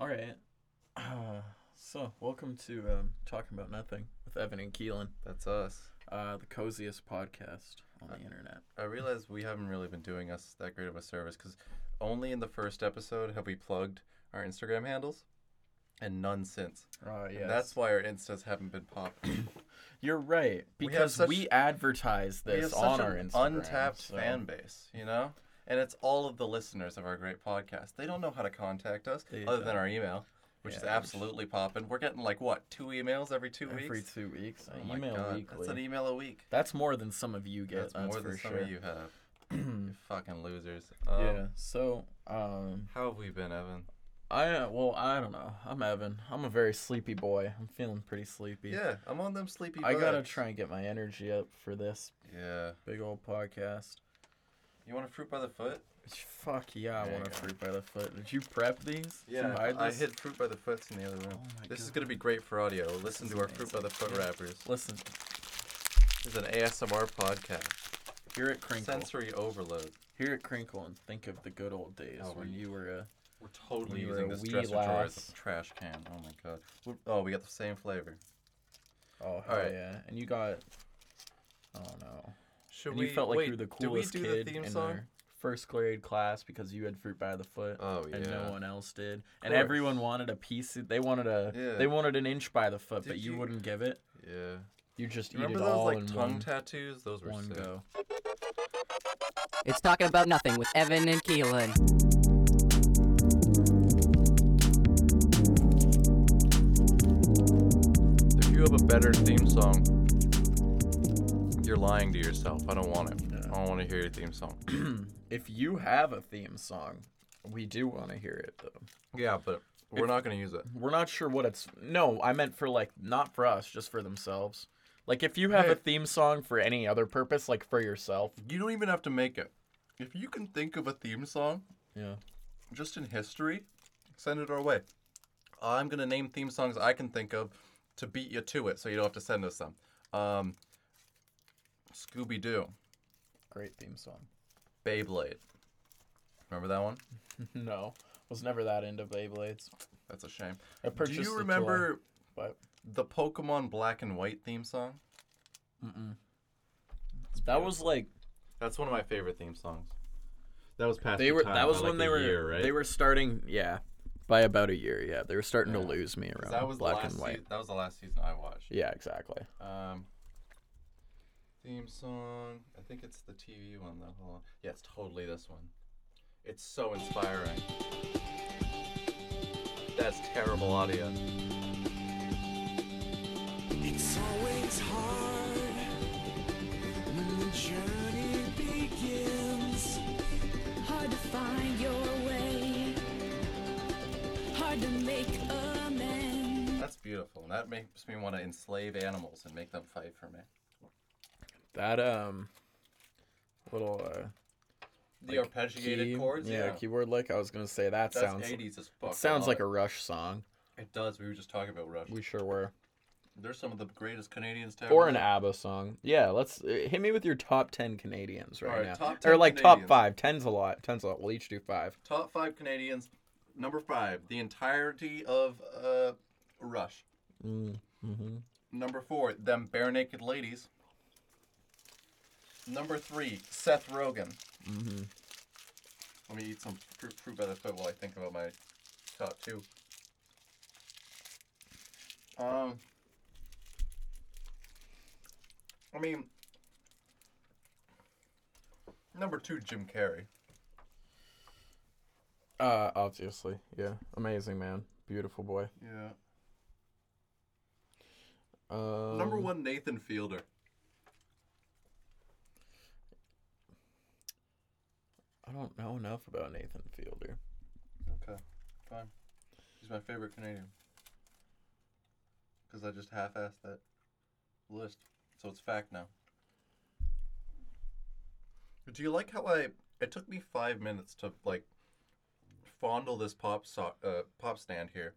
right. Uh, so, welcome to um, Talking About Nothing with Evan and Keelan, That's us. uh, the coziest podcast on Uh, the internet. I realize we haven't really been doing us that great of a service because only in the first episode have we plugged our Instagram handles, and none since. Oh, And that's why our instas haven't been popping. You're right. We have Because we, such- advertise we have this such on an our Instagram. untapped so- fan base, you know. And it's all of the listeners of our great podcast. They don't know how to contact us They other than don't. our email, which is Yeah, which- absolutely popping. We're getting like what two emails every two Every weeks. two weeks. I Oh my email God, weekly. That's an email a week. That's more than some of you get. That's, That's, more for than some sure. Mm. of you have. you fucking losers. Um, yeah. So, um, How have we been, Evan? I uh, well, I don't know. I'm Evan. I'm a very sleepy boy. I'm feeling pretty sleepy. Yeah, I'm on them sleepy. I gotta vibes. try and get my energy up for this Yeah. big old podcast. You want a fruit by the foot? Fuck yeah, I There you want a go. fruit by the foot. Did you prep these? to hide I this? hid fruit by the foots in the other room. Oh my this is God. gonna be great for audio. Listen is to our fruit by amazing. the foot Yeah. wrappers. Listen, This is an ASMR podcast. here at Crinkle, Sensory overload. here at Crinkle, and think of the good old days Oh, when we- you were a. We're totally You were using a this wee dresser drawer as lass. a trash can. Oh my god. We're- oh, we got the same flavor. Oh hell right. yeah! And you got. Oh no! Should and we you felt like wait, you were the do we coolest do kid the theme in song? our first grade class because you had fruit by the foot. Oh yeah. and no one else did. And course. everyone wanted a piece. They wanted a. Yeah. They wanted an inch by the foot, but Did you, you- wouldn't give it. Yeah. You just eat Remember it those all like in tongue one, tattoos? Those were one sick. go. It's Talking About Nothing with Evan and Keelan. If you have a better theme song, you're lying to yourself. I don't want it. I don't want to hear your theme song. If you have a theme song, we do want to hear it though. yeah, but we're not gonna use it. We're not sure what it's. No, I meant for like not for us, just for themselves. Like if you have Hey. a theme song for any other purpose, like for yourself. You don't even have to make it. If you can think of a theme song Yeah. just in history, send it our way. I'm gonna name theme songs I can think of to beat you to it, so you don't have to send us them. Um, Scooby Doo, Great theme song. Beyblade. Remember that one? no, was never that into Beyblades. That's a shame. I Do purchased. the you toy, remember but the Pokemon Black and White theme song? that was like That's one of my favorite theme songs. That was past they were that was when they were they were starting yeah by about a year yeah they were starting Yeah. to lose me around that was the black last and white sea- that was the last season I watched. yeah exactly Um, theme song. I think it's the TV one though. Hold on. Yeah, it's totally this one. It's so inspiring. That's terrible audio. It's always hard when the journey begins. Hard to find your way. Hard to make amends. That's beautiful. And that makes me want to enslave animals and make them fight for me. that um little uh The arpeggiated key- chords. Yeah, keyboard lick I was gonna say that that's sounds 80s as fuck. I it sounds love like a it. Rush song It does. We were just talking about Rush. we sure were They're some of the greatest Canadians to ever. or an live. ABBA song yeah let's uh, hit me with your top ten Canadians right Alright, now top or 10 like top Canadians. five ten's a lot ten's a lot we'll each do five Top five Canadians. Number five, the entirety of uh, Rush. Mm, mm-hmm, Number four, them bare naked ladies. Number three, Seth Rogen. mm-hmm. Let me eat some fruit, fruit by the foot while I think about my top two. Um, I mean, number two, Jim Carrey. uh obviously yeah amazing man beautiful boy Yeah. um, Number one, Nathan Fielder. I don't know enough about Nathan Fielder. Okay, fine. He's my favorite Canadian. Because I just half assed that list. So it's fact now. Do you like how I. It took me five minutes to, like, fondle this pop, so- uh, pop stand here,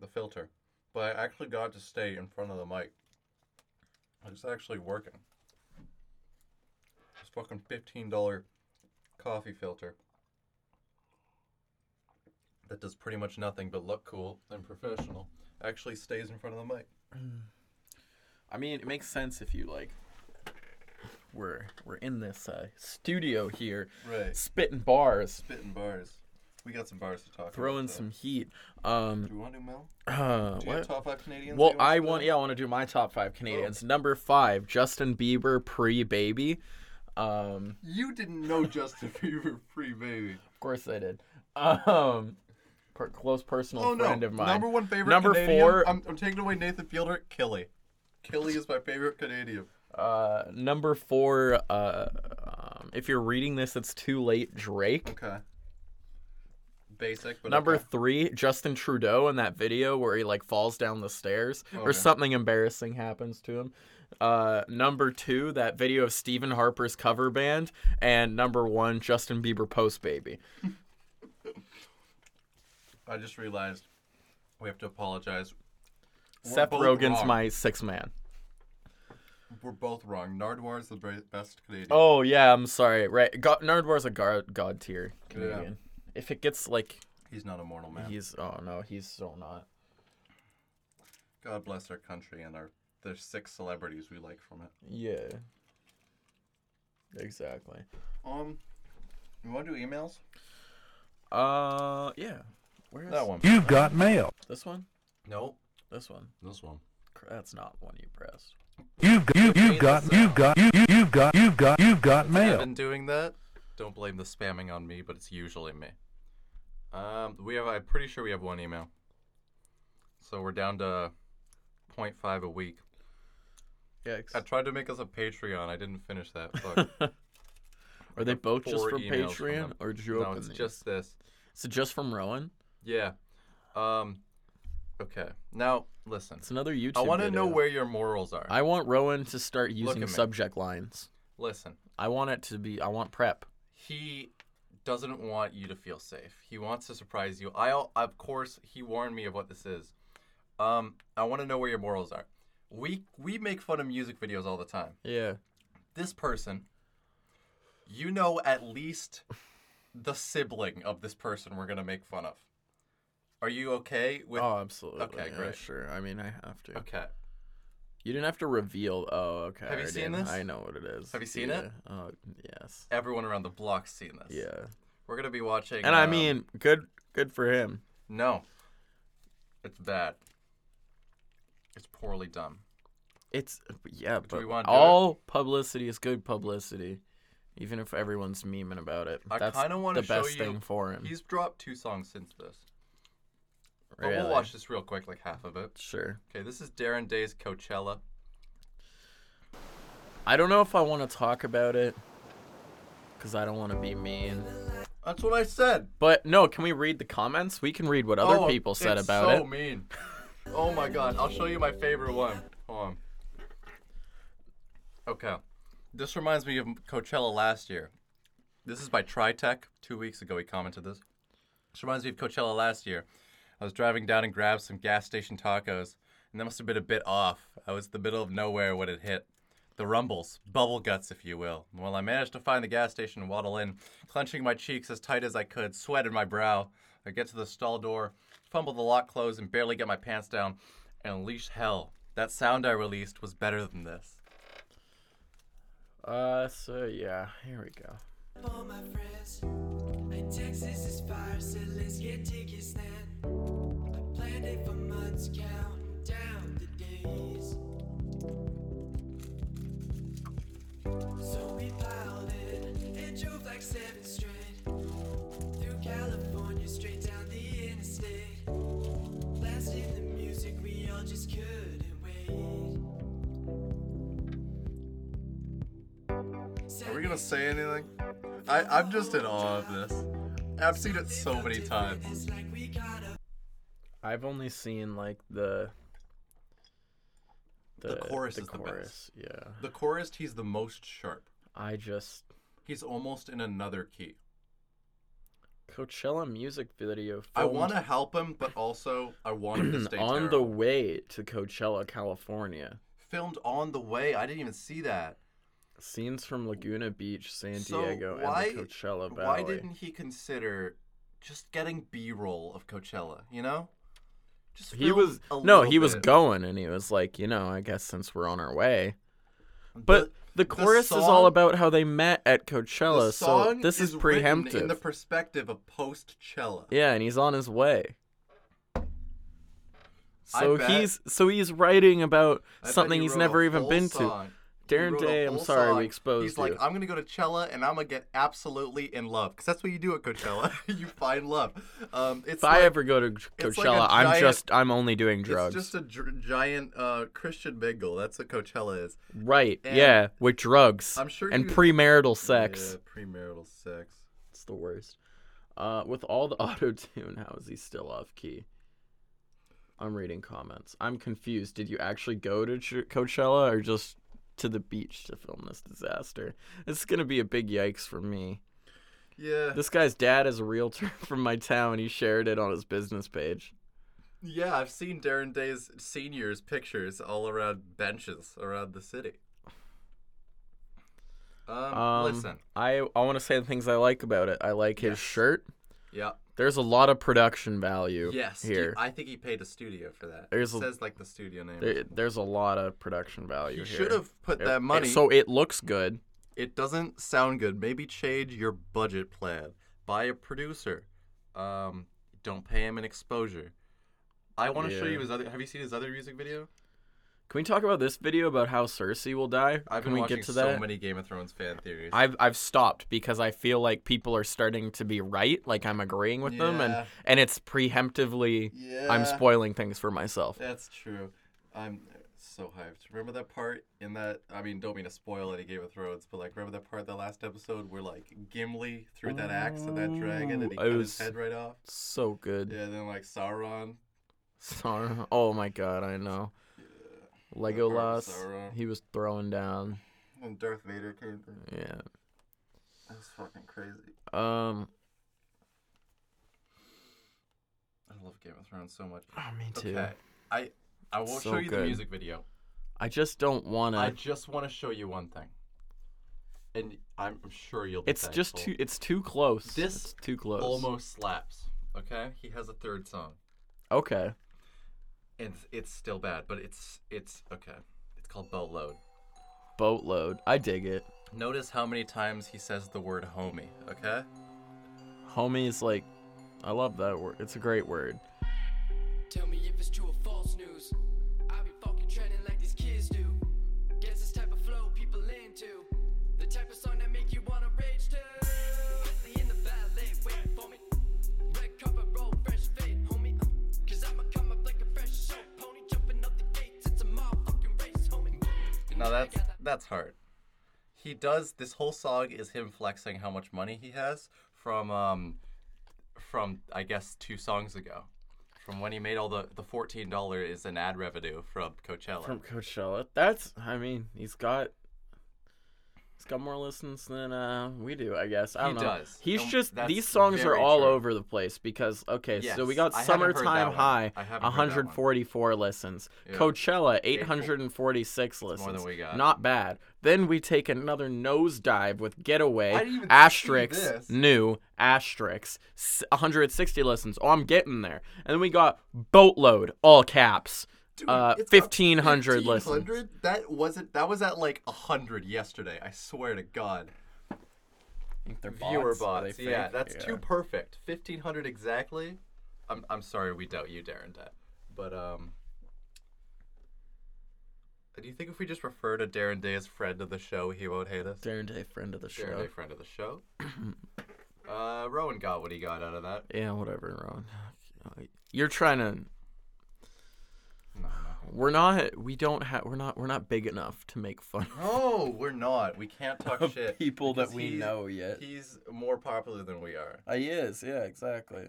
the filter. But I actually got to stay in front of the mic. It's actually working. This fucking $15 coffee filter that does pretty much nothing but look cool and professional actually stays in front of the mic. I mean, it makes sense if you like. We're we're in this uh, studio here, Right. spitting bars, Spitting bars. We got some bars to talk about. throwing so. some heat. Um, Do you want to, Mel? uh, Do you have what? top five Canadians? Well, that you I to want do? yeah, I want to do my top five Oh. Canadians. Number five, Justin Bieber pre baby. Um, You didn't know Justin Bieber pre baby. of course I did. Um, per- close personal Oh no! friend of mine. Number one favorite. Number Canadian. Um, four. I'm, I'm taking away Nathan Fielder. Killy. Killy is my favorite Canadian. Uh, number four. Uh, um, if you're reading this, it's too late. Drake. Okay. Basic, but Number okay. three, Justin Trudeau in that video where he like falls down the stairs or yeah. something embarrassing happens to him. Uh, number two, that video of Stephen Harper's cover band, and number one, Justin Bieber post baby. I just realized we have to apologize. We're Seth both Rogen's wrong. my sixth man. We're both wrong. Nardwar is the bra- best Canadian. Oh yeah, I'm sorry. Right, God, Nardwar's a god god tier Canadian. If it gets like He's not a mortal man. he's oh no, he's so not. God bless our country and our there's six celebrities we like from it. Yeah. Exactly. Um, you want to do emails? Uh yeah. Where's That one. You've got mail. This one? Nope. This one. This one. Cr- That's not one you pressed. You've got, you, you've got, you've got, you, you, you've got, you've got, you've got I've mail. been doing that. Don't blame the spamming on me, but it's usually me. Um, we have. I'm pretty sure we have one email. So we're down to 0.5 a week. Yikes. I tried to make us a Patreon. I didn't finish that. Fuck. Are they both just Four from emails from Patreon, them. or did you no, open it's these? just this. so just from Rowan? Yeah. Um. Okay. Now listen. It's another YouTube. I want to know video. where your morals are. I want Rowan to start using at me. subject lines. Listen. I want it to be. I want prep. he doesn't want you to feel safe. He wants to surprise you. I of course he warned me of what this is. Um, I want to know where your morals are. We we make fun of music videos all the time. Yeah. This person, you know at least the sibling of this person we're gonna make fun of. Are you okay with? Oh, absolutely. Okay, yeah, great. Sure. I mean, I have to. Okay. You didn't have to reveal. Oh, okay. Have you I seen did. this? I know what it is. Have you seen yeah. it? Oh, yes. Everyone around the block's seen this. Yeah. We're gonna be watching. And I um, mean, good. Good for him. no. It's bad. It's poorly done. It's yeah, but we wanna do it? all publicity is good publicity, even if everyone's memeing about it. I That's kind of want the to show best you. thing for him. He's dropped two songs since this, but really. we'll watch this real quick, like half of it. Sure. Okay, this is Darren Day's Coachella. I don't know if I want to talk about it because I don't want to be mean. That's what I said. But no, can we read the comments? We can read what other Oh, people said it's about so it. mean. Oh my god, I'll show you my favorite one. Hold on. Okay, this reminds me of Coachella last year. This is by TriTech. Two weeks ago, he commented this. This reminds me of Coachella last year. I was driving down and grabbed some gas station tacos, and that must have been a bit off. I was in the middle of nowhere when it hit. The rumbles, bubble guts, if you will. Well, I managed to find the gas station and waddle in, clenching my cheeks as tight as I could, sweat in my brow. I get to the stall door, fumble the lock closed, and barely get my pants down, and unleash hell. That sound I released was better than this. Uh, so yeah, here we go. all my friends. I Texas is fire, said let's get tickets then. I planned it for months, count down the days. So we piled in and drove like seven straight through California, straight down the interstate. Blasting the music, we all just couldn't wait. Are we gonna say anything? I, I'm just in awe of this. I've seen it so many times. It's like we got a I've only seen like the The chorus is the best. chorus. Yeah, The chorus, he's the most sharp. I just He's almost in another key. Coachella music video. I filmed want to help him, but also I want him to stay on the terrible. way to Coachella, California. filmed on the way. I didn't even see that. Scenes from Laguna Beach, San So Diego, why- and the Coachella Valley. Why didn't he consider just getting B-roll of Coachella, you know? Just He for was a no, little he was bit. going, and he was like, you know, I guess since we're on our way. But the, chorus is all song- about how they met at the Coachella, so song this is, written preemptive. in the perspective of post-Cella. yeah, and he's on his way. I So bet- he's so he's writing about I bet something he he's wrote a never even whole been to. song. He Darren wrote a Day, I'm whole soring song. we exposed He's like, you. I'm gonna go to Cella and I'm gonna get absolutely in love, because that's what you do at Coachella. you find love. Um, it's If I like- ever go to like a Coachella, I'm giant- just I'm only doing drugs. It's just a dr- giant uh, Christian mingle. That's what Coachella is. Right. And- yeah, with drugs. I'm sure and you- premarital sex. Yeah, premarital sex. It's the worst. Uh, with all the auto tune, how is he still off key? I'm reading comments. I'm confused. Did you actually go to Ch- Coachella or just to the beach to film this disaster? This is gonna be a big yikes for me. Yeah. This guy's dad is a realtor from my town. He shared it on his business page. Yeah, I've seen Darren Day's seniors' pictures all around benches around the city. Um, Um, listen. I I want to say the things I like about it. I like his Yes. shirt. Yeah. There's a lot of production value. Yes. he- Here. I think he paid a studio for that. It There's a- says like the studio name. or There, something. there's a lot of production value you here. should have put It- that it- money. so it looks good. it doesn't sound good. Maybe change your budget plan. Buy a producer. Um, don't pay him an exposure. I want to show Yeah. you his other. Have you seen his other music video? Can we talk about this video about how Cersei will die? I've Can been we watching get to so that? many Game of Thrones fan theories. I've I've stopped because I feel like people are starting to be right, like I'm agreeing with them, and Yeah. and it's preemptively I'm Yeah. spoiling things for myself. That's true. I'm so hyped. Remember that part in that? I mean, don't mean to spoil any Game of Thrones, but like, remember that part the last episode where like Gimli threw that axe at that dragon and Ooh, he Oh, I cut was- his head right off? So good. Yeah, then like Sauron. Sauron. Oh my god, I know. Legolas, Sauron. he was throwing down. And Darth Vader came. through. Yeah. That was fucking crazy. Um. I love Game of Thrones so much. Oh, me too. Okay. I I will So show you good. Uh-huh. the music video. I just don't want I to. just want to show you one thing. And I'm I'm sure you'll be It's just thankful. too. It's too close. This It's too close. almost slaps. Okay? He has a third song. Okay. And it's, it's still bad, but it's it's okay. It's called Boatload. Boatload. I dig it. Notice how many times he says the word homie, okay? Homie is like, I love that word. It's a great word. Tell me if it's true or false news. I be fucking trending like these kids do. Guess this type of flow people into. The type of song that make you wanna rage to. Bentley in the valet, wait for me. Red carpet roll, fresh fade, homie. Uh, Cause I'ma come up like a fresh soap pony. Jumping up the gates, it's a motherfucking race, homie. Now that's that's hard. He does this whole song is him flexing how much money he has from um from I guess two songs ago. From when he made all the the fourteen dollar is an ad revenue from Coachella. From Coachella. That's. I mean, he's got. He's got more listens than uh, we do, I guess. I He don't know. does. He's Um, just that's these songs are very all true. over the place because okay, so we Yes, got I haven't heard that summertime one. high, I haven't heard that one. 144 listens. Yeah. Coachella, 846 listens. than we got. Not bad. Then we take another nosedive with Getaway, I didn't even see asterisk this. new asterisk, s- 160 listens. Oh, I'm getting there. And then we got boatload, all caps, uh, 1500 listens. 1500? That wasn't that was at like hundred yesterday. I swear to God. Viewer bots. Yeah, that's too perfect. Fifteen hundred exactly. I'm I'm sorry we doubt you, Darren Day. But um Do you think if we just refer to Darren Day as friend of the show, he won't hate us? Darren Day, friend of the Darren show. Day, friend of the show. uh Rowan got what he got out of that. Yeah, whatever, Ron. You're trying to. No, no. We're not. We don't have. We're not. We're not big enough to make fun. of No, we're not. We can't talk Of shit. people that because we he's- know yet. He's more popular than we are. Uh, He is. Yeah. Exactly.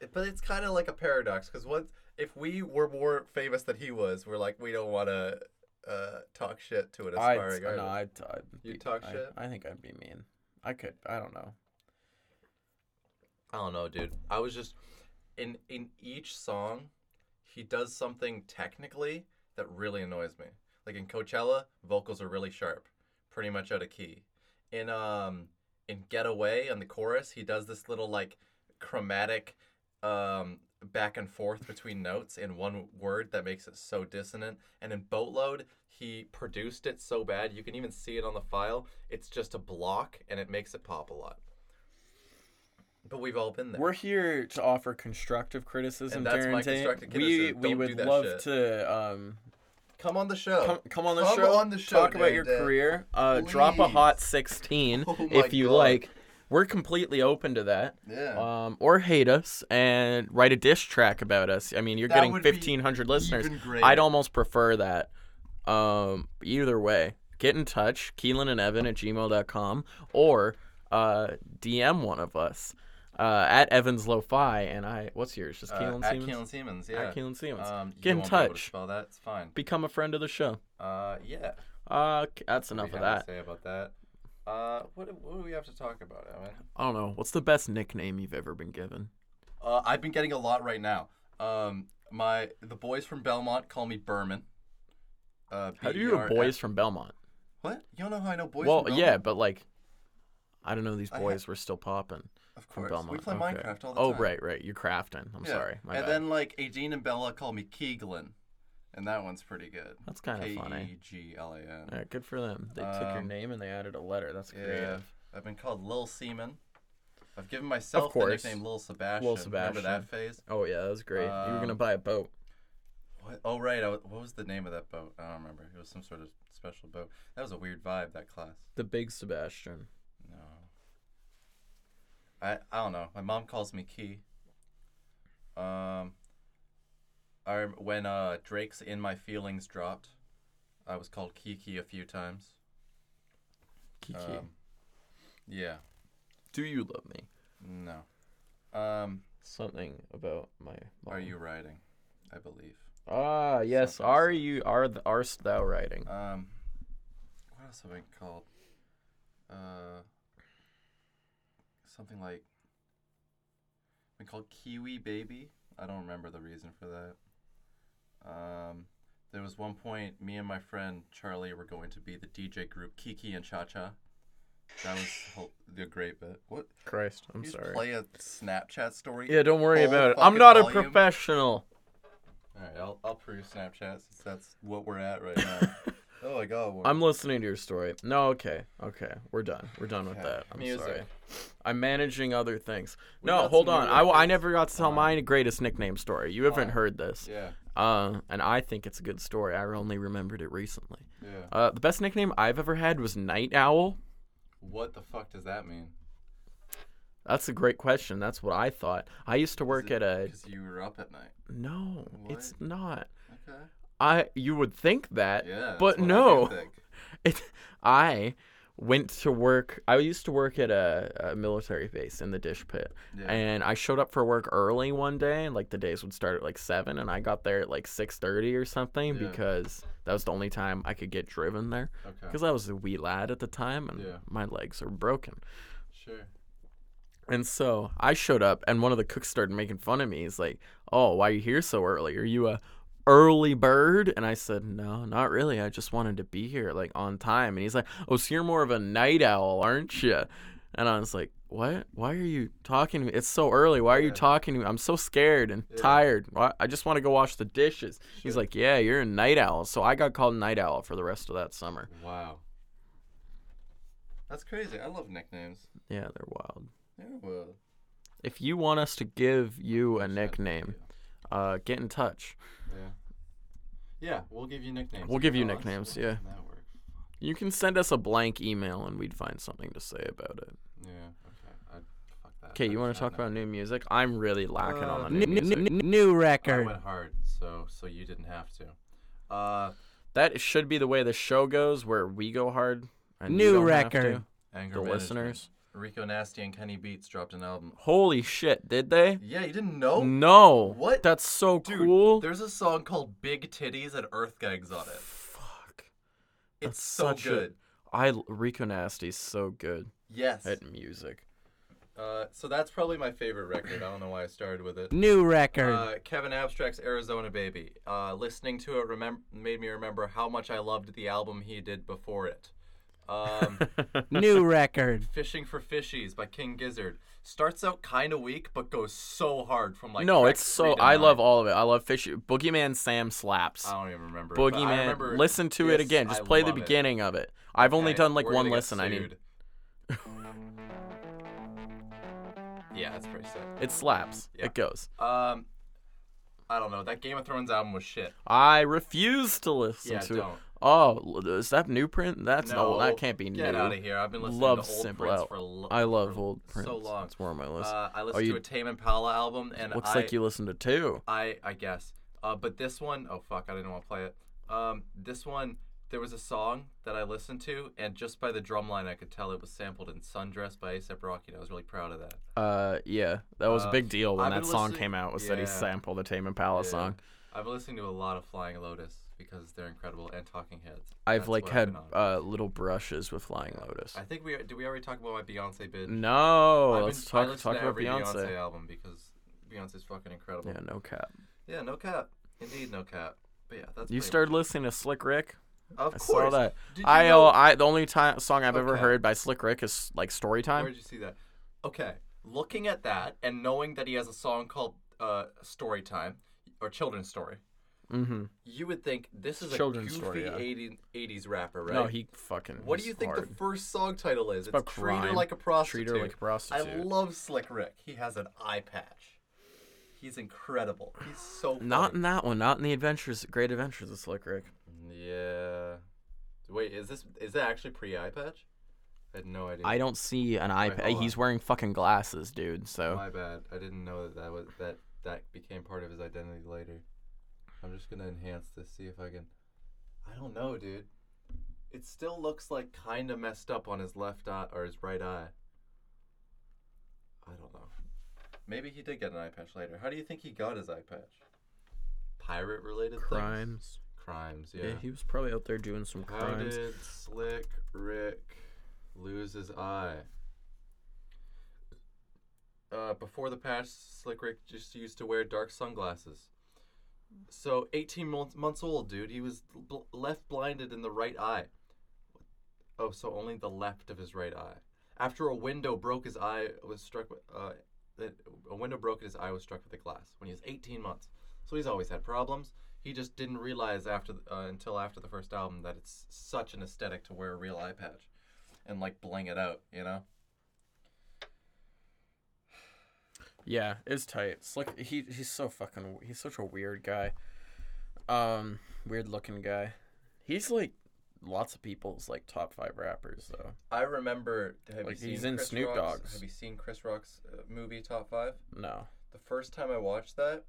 It- But it's kind of like a paradox because what if we were more famous than he was? We're like we don't want to uh, talk shit to an I. aspiring uh, No. artist. I. I'd You be- talk I- shit? I think I'd be mean. I could. I don't know. I don't know, dude. I was just in in each song, he does something technically that really annoys me. Like in Coachella, vocals are really sharp, pretty much out of key. In um in Getaway on the chorus, he does this little like chromatic um, back and forth between notes in one word that makes it so dissonant. And in Boatload, he produced it so bad you can even see it on the file. It's just a block, and it makes it pop a lot. But we've all been there. We're here to offer constructive criticism, And that's Darren my Tate. constructive We criticism. we Don't would do that love shit. to um come on the show. come, come on the Come show. on the show, Talk about your Darren Tate. career. Uh, drop a Please. hot sixteen Oh my if you God. like. We're completely open to that. Yeah. Um, or hate us and write a diss track about us. I mean, you're That getting would be 1,500 listeners. even greater. I'd almost prefer that. Um, either way, get in touch, Keelan and Evan at gmail.com, or uh, DM one of us uh, at Evans Lo-Fi. And I, what's yours? Just Uh, Keelan at Siemens? Keelan Siemens, yeah. At Keelan Siemens. Um, Get you in won't be able to touch. spell that. It's fine. Become a friend of the show. Uh, yeah. Uh, c- that's enough we of have that. To say about that. Uh, what, what do we have to talk about, Evan? I don't know. What's the best nickname you've ever been given? Uh, I've been getting a lot right now. Um, my the boys from Belmont call me Berman. Uh, How do you know B E R boys M- from Belmont? What? You don't know how I know boys? Well, from yeah, Belmont? but like, I don't know. These I ha- boys were still popping of from course. Belmont. We play Okay. Minecraft all the oh, time. right, right. You're crafting. I'm Yeah. sorry. My and bad. then like Adine and Bella call me Keeglin, and that one's pretty good. That's kinda funny. K e g l a n. All right, good for them. They took your Um, name and they added a letter. That's Yeah, creative. I've been called Lil Seaman. I've given myself the course. nickname Lil Sebastian. Remember Sebastian. that phase? Oh yeah, that was great. you were gonna Um, buy a boat. What? Oh right, I wa- what was the name of that boat? I don't remember. It was some sort of special boat. That was a weird vibe that class. The big Sebastian. No. I I don't know. My mom calls me Key. Um. I rem- when uh Drake's "In My Feelings" dropped, I was called Kiki a few times. Kiki, Um, yeah. do you love me? No. Um. Something about my. Mom. Are you riding? I believe. Ah yes. Something, Are something. you are th- arst thou writing? Um, what else have I been called? Uh, something like been called Kiwi Baby. I don't remember the reason for that. Um, there was one point me and my friend Charlie were going to be the DJ group Kiki and Cha Cha. That was hel- the great bit. What? Christ, I'm You just sorry. play a Snapchat story. Yeah, don't worry full about it. I'm fucking not a volume? professional. All right, I'll I'll prove Snapchat since that's what we're at right now. oh my god. we're- I'm listening to your story. No, okay, okay, we're done. We're done with Okay, that. I'm music. sorry. I'm managing other things. We no, got hold some on. new I, I records. never got to tell Fine. my greatest nickname story. You haven't Fine. heard this, Yeah. uh, and I think it's a good story. I only remembered it recently. Yeah. Uh, the best nickname I've ever had was Night Owl. What the fuck does that mean? That's a great question. That's what I thought. I used to work at uh, a Because you were up at night. no. It's What? not. Okay. I you would think that, Yeah. that's but what I no. did think. it, I went to work. I used to work at a, a military base in the dish pit, Yeah. and I showed up for work early one day. and, Like the days would start at like seven, and I got there at like six thirty or something Yeah. because that was the only time I could get driven there. Okay. Because I was a wee lad at the time, and Yeah. my legs are broken. Sure. And so I showed up, and one of the cooks started making fun of me. He's like, "Oh, why are you here so early? Are you a early bird?" And I said, "No, not really. I just wanted to be here like on time." And he's like, "Oh, so you're more of a night owl, aren't you?" And I was like, "What? Why are you talking to me? It's so early. Why are you talking to me? I'm so scared and tired. Why- I just want to go wash the dishes." He's like, "Yeah, you're a night owl." So I got called night owl for the rest of that summer. Wow. That's crazy. I love nicknames. Yeah, they're wild. Yeah, well. If you want us to give you a that's nickname, uh, get in touch. Yeah. Yeah, we'll give you nicknames. We'll give you Oh, that's- nicknames, yeah. That works. You can send us a blank email and we'd find something to say about it. Yeah. Okay. I, fuck that. Okay, you want to talk about new music? I'm really lacking Uh, on the new New, music. new I record. went hard, so so you didn't have to. Uh, That should be the way the show goes, where we go hard. And you New don't have to. record. anger The management. listeners. Rico Nasty and Kenny Beats dropped an album. Holy shit! Did they? Yeah, you didn't know? no. Oh, What? That's so Dude, cool. there's a song called Big Titties and Earth Gags on it. Fuck. It's That's so such a- good. I Rico Nasty's so good Yes. at music. Uh, so that's probably my favorite record. I don't know why I started with it. New record. Uh, Kevin Abstract's Arizona Baby. Uh, listening to it remem- made me remember how much I loved the album he did before it. Um, New record. Fishing for Fishies by King Gizzard starts out kind of weak, but goes so hard from like. no, track it's three so. to I nine. love all of it. I love fish. Boogeyman Sam slaps. I don't even remember. but I remember Boogeyman. Listen to this, it again. I Just play the love it. beginning of it. I've only Okay, done like we're one gonna get listen. I need. sued. yeah, that's pretty sick. It slaps. Yeah. It goes. Um, I don't know. That Game of Thrones album was shit. I refuse to listen Yeah, to it. don't. Oh, l- is that new print? That's no, that can't be Get new. out of here. I've been listening Love to old Simple Prince L. for a lo- I love for old Prince. So long. It's one of my lists. Uh, I Oh, listened you- to a Tame Impala album, and Looks I, like you listen to two. I I guess. Uh, but this one, oh fuck, I didn't want to play it. Um, this one, there was a song that I listened to, and just by the drum line, I could tell it was sampled in "Sundress" by ASAP Rocky, and I was really proud of that. Uh, yeah, that was a Uh, big deal when I've that been song listening- came out. Was that he yeah. sampled the Tame Impala Yeah. song? I've been listening to a lot of Flying Lotus because they're incredible and Talking Heads. I've That's like what I've had been uh, on. little brushes with Flying Lotus. I think we did. We already talk about my Beyonce bid. No, I've let's been- I talk listen talk to about every Beyonce. album because Beyonce's fucking incredible. Yeah, no cap. Yeah, no cap. Indeed, no cap. But yeah, that's You pretty started much listening to Slick Rick. it. Of I course. saw that. Did you I know- oh, I the only time song I've ever Okay. heard by Slick Rick is like Story Where Time. did you see that? Okay, looking at that and knowing that he has a song called uh, "Story Time" or "Children's Story," Mm-hmm. you would think this is Children's a Story, goofy yeah. 80, 80s rapper, right? No, he fucking. What do was you think hard. the first song title is? It's, about Treat Her crime. Like a Prostitute. Treat Her Like a I Prostitute. love Slick Rick. He has an eye patch. He's incredible. He's so funny. Not in that one. Not in the Adventures, Great Adventures of Slick Rick. Yeah. Wait, is this is that actually pre eye patch? I had no idea. I don't see an hold iPad. on. He's wearing fucking glasses, dude. So My bad. I didn't know that that was that that became part of his identity later. I'm just gonna enhance this. See if I can. I don't know, dude. It still looks like kind of messed up on his left eye or his right eye. I don't know. Maybe he did get an eye patch later. How do you think he got his eye patch? Pirate related things. crimes. Crimes. Yeah. he was probably out there doing some How crimes. did Slick Rick lose his eye? Uh, before the patch, Slick Rick just used to wear dark sunglasses. So 18 months, months old, dude. He was bl- left blinded in the right eye. Oh, so only the left of his right eye. After a window broke his eye was struck with uh, that- a window broke and his eye was struck with a glass when he was 18 months. So he's always had problems. He just didn't realize after the, uh, until after the first album that it's such an aesthetic to wear a real eye patch and like bling it out, you know. Yeah, it's tight. It's like he he's so fucking he's such a weird guy. Um, weird looking guy. He's like lots of people's like top five rappers though. I remember. Have Like, you he's seen in Chris Snoop Rock's- Dogg's. Have you seen Chris Rock's uh, movie Top Five? No. the first time I watched that,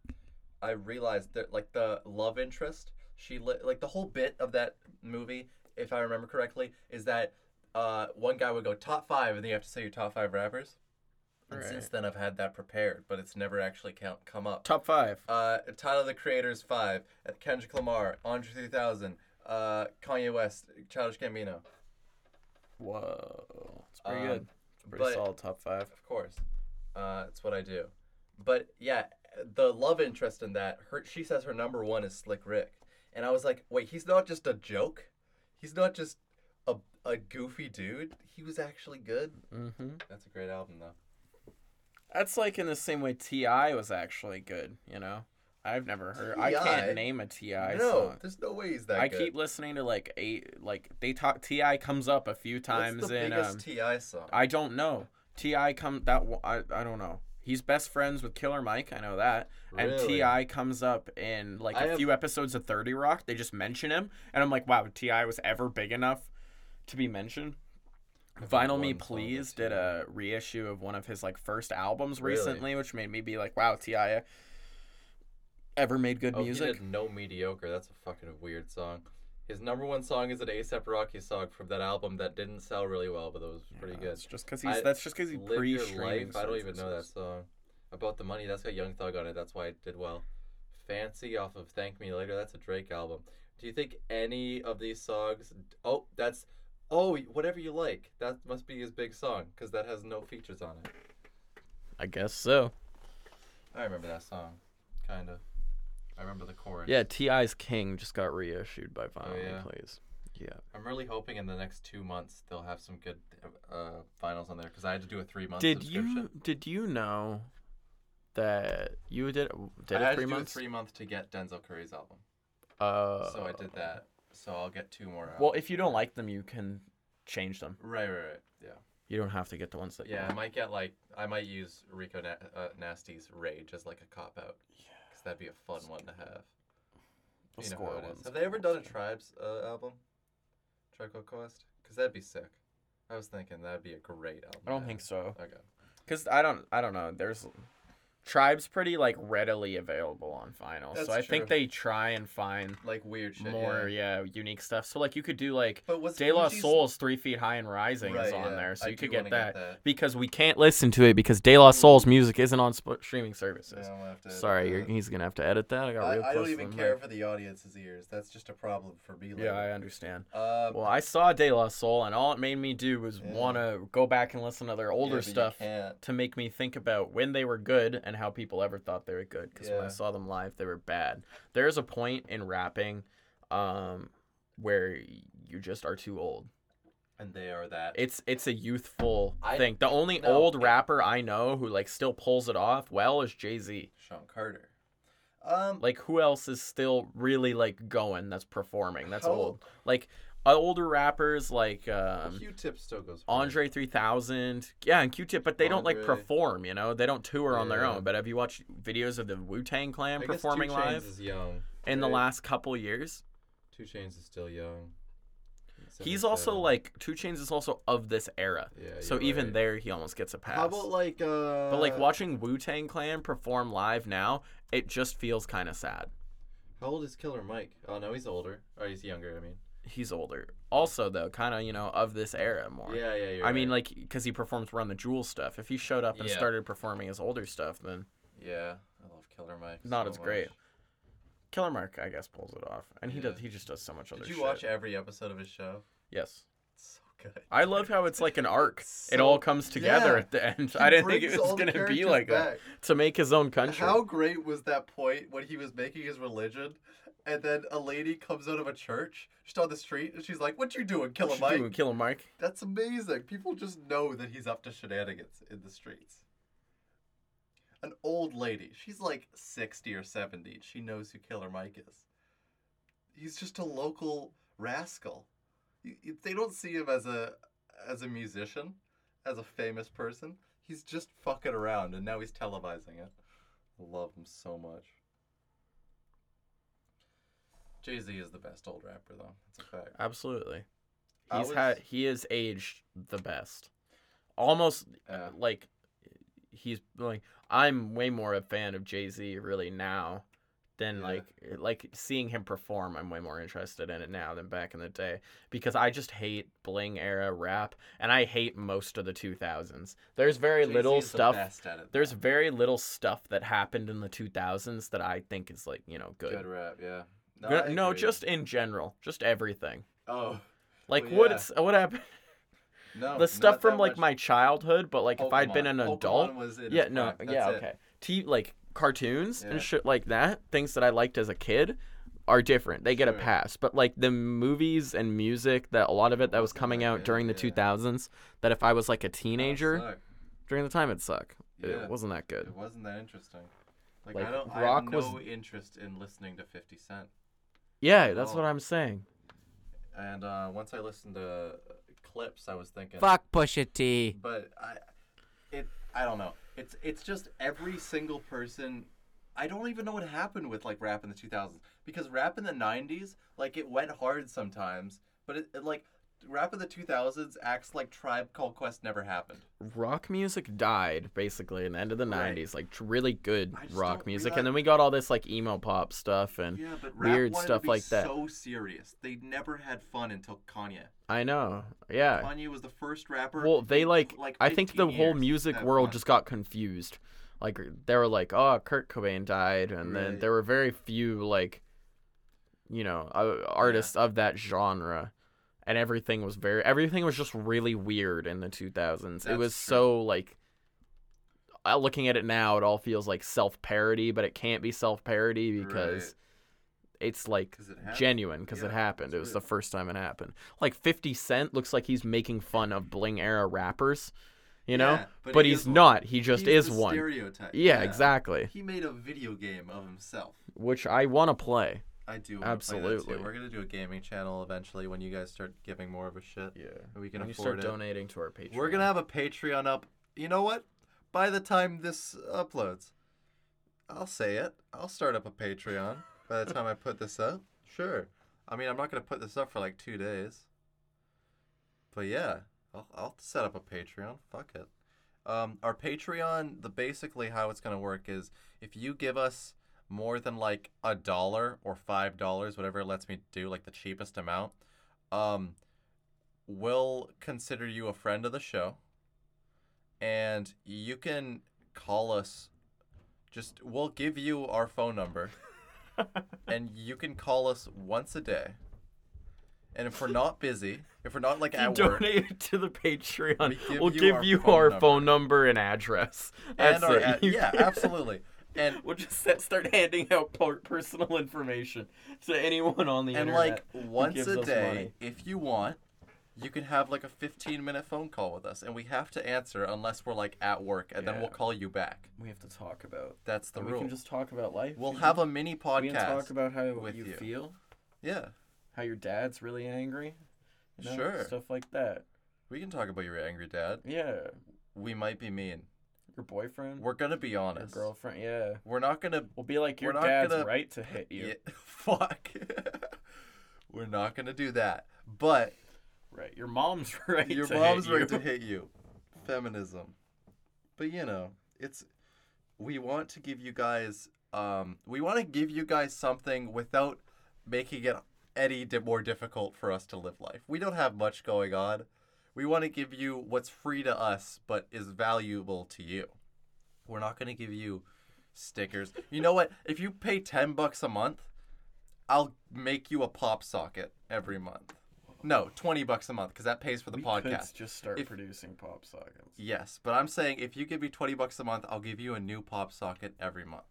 I realized that like the love interest, she li- like the whole bit of that movie, if I remember correctly, is that uh, one guy would go top five, and then you have to say your top five rappers. And since Right. then, I've had that prepared, but it's never actually count come up. Top five. Uh, Tyler the Creator's five, uh, Kendrick Lamar, Andre 3000, uh, Kanye West, Childish Gambino, Whoa. It's pretty Um, good. It's a pretty but- solid top five. of course. Uh, it's what I do. But yeah, the love interest in that, her, she says her number one is Slick Rick, and I was like, wait, he's not just a joke, he's not just a a goofy dude. He was actually good. Mm-hmm. That's a great album though. That's like in the same way T.I. was actually good, you know? I've never heard. I T.I.? can't name a T.I. no, song. there's no way he's that I good. keep listening to like eight, like they talk. Ti comes up a few times What's the in. biggest Um, Ti song. I don't know. Ti come that wa- I I don't know. He's best friends with Killer Mike. I know that. And Really? Ti comes up in like I a have- few episodes of Thirty Rock. They just mention him, and I'm like, wow, Ti was ever big enough to be mentioned. Vinyl Me one song of Please T.I. did a reissue of one of his like first albums Really? recently, which made me be like, wow, Ti ever made good oh, music. he did no mediocre. That's a fucking weird song. His number one song is an ASAP Rocky song from that album that didn't sell really well, but that was pretty good. That's just because he's. I- that's just because he Live Your pre-streaming. Life. I don't even know that services. song. About the money, that's got Young Thug on it. That's why it did well. Fancy off of Thank Me Later. That's a Drake album. Do you think any of these songs? Oh, that's oh, whatever you like. That must be his big song because that has no features on it. I guess so. I remember that song, kind of. I remember the chorus. Yeah, Ti's King just got reissued by Vinyl, yeah? please. you up. I'm really hoping in the next two months they'll have some good uh, finals on there because I had to do a three month Did subscription. you did you know that you did did I had it three to do months? a three month to get Denzel Curry's album, Uh, so I did that. So I'll get two more. Well, out. if you don't like them, you can change them. right, right, right, yeah. You don't have to get the ones that. Yeah, I You like. might get like I might use Rico Na- uh, Nasty's rage as like a cop out. Yeah, because that'd be a fun one to have. We'll You know score how it one, is. Have they ever done a Tribes uh, album? Tribe Called Quest? Because that'd be sick. I was thinking that'd be a great album. I don't think so. Okay. Cause I don't I don't know. There's tribes pretty like readily available on vinyl, That's so I think true. they try and find Like weird shit. more yeah. yeah. unique stuff. So like you could do like But was De La Fuji's- Soul's Three Feet High and Rising is Right, on yeah. there, so I you could do get wanna that, get that. Mm. because we can't listen to it because De La Soul's music isn't on sp- streaming services. Yeah, I'm gonna have to- Sorry, you're, uh, he's gonna have to edit that. I got real I, close I don't to even the care mic. for the audience's ears. That's just a problem for me. Yeah, I later. understand. Um, Well, I saw De La Soul, and all it made me do was Yeah. want to go back and listen to their older but you stuff can't. to make me think about when they were good and how people ever thought they were good. Because when I Yeah. saw them live, they were bad. There's a point in rapping um, where you just are too old. and they are that. It's it's a youthful I- thing. The only no, old it- rapper I know who like still pulls it off well is Jay Z. Sean Carter. Um, Like who else is still really like going? That's performing. That's How- old. Like uh, older rappers like um, Q-Tip still goes. for it. Andre 3000, yeah, and Q-Tip, but they don't like Andre. perform, you know. They don't tour on their Yeah. own. But have you watched videos of the Wu Tang Clan I guess performing Two Chainz live Is young. in the right? last couple years? Two Chains is still young. He's also 77. like Two Chains is also of this era, Yeah, so you're even right. there he almost gets a pass. How about like uh? but like watching Wu Tang Clan perform live now, it just feels kind of sad. How old is Killer Mike? Oh no, he's older. Or he's younger. I mean. He's older, also though, kind of you know of this era more. Yeah, yeah. You're I mean, right. like because he performs Run the Jewel stuff. If he showed up and Yeah. started performing his older stuff, then Yeah, I love Killer Mike. Not so as great. much. Killer Mark, I guess, pulls it off, and he Yeah. does. He just does so much other. Did you shit. watch every episode of his show? Yes, It's so good. I love how it's like an arc. it So- all comes together yeah. at the end. He I didn't think brings it was all the gonna be characters like that. To make his own back. country. How great was that point when he was making his religion, and then a lady comes out of a church, just on the street, and she's like, "What you doing, Killer What you Mike?" doing, Killer Mark? That's amazing. People just know that he's up to shenanigans in the streets. An old lady, she's like 60 or 70. and She knows who Killer Mike is. He's just a local rascal. You- you- They don't see him as a as a musician, as a famous person. He's just fucking around and now he's televising it. I love him so much. Jay Z is the best old rapper, though. That's a fact. Absolutely. I He's was- had. He has aged the best. Almost Yeah. like he's like I'm way more a fan of Jay Z really now than Yeah. like like seeing him perform. I'm way more interested in it now than back in the day because I just hate bling era rap and I hate most of the 2000s. There's very Jay-Z little is the stuff. best at it, There's though. very little stuff that happened in the 2000s that I think is like you know good good. rap, yeah. Good- I no agree. just in general, just everything. oh Like Well, what yeah. it's what happened Oh, no the not stuff that from like much. my childhood, but like if I'd been Pokemon. an Pokemon adult, was in yeah, its no, prime. That's yeah, it. okay. T like cartoons Yeah. and shit like that, things that I liked as a kid are different. They get a Sure. pass, but like the movies and music that a lot of it that was Wasn't coming that out good, during the yeah. 2000s, that if I was like a Oh, teenager suck. during the time, it'd suck. Yeah. It wasn't that good. It wasn't that interesting. Like, Like, I don't rock I was- have no interest in listening to 50 Cent. Yeah, that's all. what I'm saying. And uh, once I listened to uh, clips, I was thinking Fuck Pusha T. but I it I don't know. It's it's just every single person I don't even know what happened with like rap in the 2000s because rap in the 90s like it went hard sometimes, but it, it like rap in the 2000s acts like Tribe Called Quest never happened. Rock music died basically in the end of the Right. 90s, like tr- really good I just rock don't music, realize- and then we got all this like emo pop stuff and Yeah, but rap weird wanted stuff to be like that. So serious. They never had fun until Kanye. I know. Yeah. Kanye was the first rapper. Well, they in, like, I think the 15 whole years music that world fun. just got confused. Like they were like, "Oh, Kurt Cobain died," and then Right. there were very few like, you know, uh, artists of that genre, and everything was very everything was just really weird in the 2000s. it That's was true. so like, uh, looking at it now, it all feels like self parody, but it can't be self parody because it's like 'Cause it happened. genuine because it Yeah, happened. it's It was real. the first time it happened. Like 50 Cent looks like he's making fun of bling era rappers, you know? Yeah, but but he he's is one. not. He just He's is the one. Stereotype. Yeah, exactly. He made a video game of himself. Which I want to play. I do. wanna play that too. Absolutely. We're gonna do a gaming channel eventually when you guys start giving more of a shit. and we can When you start afford it. donating to our Patreon. We're gonna have a Patreon up. You know what? By the time this uploads, I'll say it. I'll start up a Patreon. by the time I put this up, sure. I mean, I'm not gonna put this up for like two days. But yeah, I'll, I'll set up a Patreon. Fuck it. Um, our Patreon, the basically how it's gonna work is if you give us more than like a dollar or five dollars, whatever it lets me do, like the cheapest amount, um, we'll consider you a friend of the show, and you can call us. Just we'll give you our phone number, and you can call us once a day. And if we're not busy, if we're not like you at work, donate to the Patreon. We give we'll you give our you phone our number. phone number and address. That's and our it. ad- You yeah, can- absolutely. And We'll just set, start handing out per- personal information to anyone on the and internet. like who once gives a us day money. if you want you can have like a 15 minute phone call with us and we have to answer unless we're like at work and then Yeah. we'll call you back we have to talk about. that's the and rule We can just talk about life. we'll you have know? a mini We podcast can talk about how with you, you. feel, yeah how your dad's really angry. You know, Sure. Stuff like that. we can talk about your angry dad Yeah. we might be mean Your boyfriend. we're gonna be your honest girlfriend. Yeah. we're not gonna We'll be like your We're not dad's gonna- right to hit you. yeah, fuck we're not gonna do that but Right. Your mom's right. Your to mom's hit right you. to hit you. Feminism. But you know, it's we want to give you guys um we want to give you guys something without making it any di- more difficult for us to live life. We don't have much going on. We want to give you what's free to us but is valuable to you. We're not going to give you stickers. you know what? If you pay 10 bucks a month, I'll make you a pop socket every month. No, 20 bucks a month because that pays for the We could podcast. just start If- producing pop sockets. Yes, but I'm saying if you give me 20 bucks a month, I'll give you a new pop socket every month.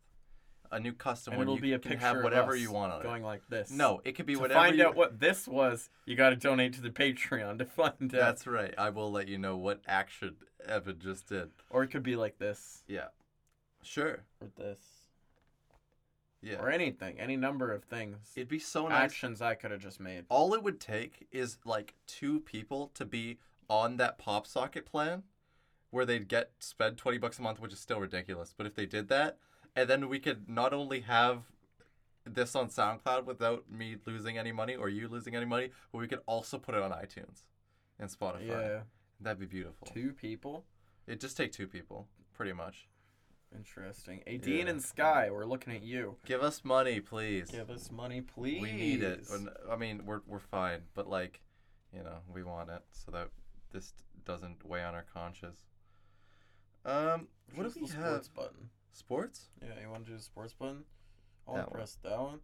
A new custom And one. it'll you be a can picture have of whatever us you want on going it. like this. No, it could be to whatever find you out what this was, you got to donate to the Patreon to find out. That's right. I will let you know what action Evan just did. Or it could be like this, Yeah. Sure. or this, Yeah. or anything, any number of things. It'd be so nice. Actions I could have just made. All it would take is like two people to be on that pop socket plan where they'd get spend 20 bucks a month, which is still ridiculous. But if they did that, and then we could not only have this on SoundCloud without me losing any money or you losing any money, but we could also put it on iTunes and Spotify. Yeah, That'd be beautiful. two people. It'd just take two people, pretty much. Interesting. Adine Yeah. and Sky, we're looking at you. Give us money, please. Give us money, please. We need it. We're n- I mean, we're we're fine, but like, you know, we want it so that this doesn't weigh on our conscience. Um, what Choose do we the have? Sports button. Sports? Yeah, you want to do the sports button? I'll That one. press that one.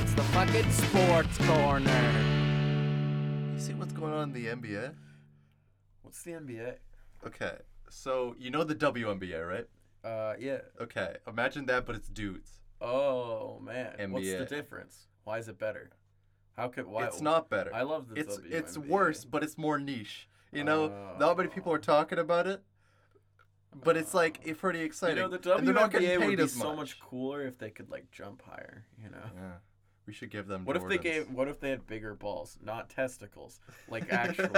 It's the fucking sports corner. You see what's going on in the NBA? What's the NBA? Okay, so you know the WNBA, right? Uh, yeah. Okay, imagine that, but it's dudes. Oh man, what's the NBA. difference? Why is it better? How could why? It's not better. I love the It's it's WNBA. worse, but it's more niche. You know, Oh. not many people are talking about it, but it's like it's pretty You exciting. know, the and they're not getting WNBA paid would be as so much cooler if they could like jump higher. You know. Yeah. We should give them. What if they Jordans. gave? What if they had bigger balls, not testicles, like actual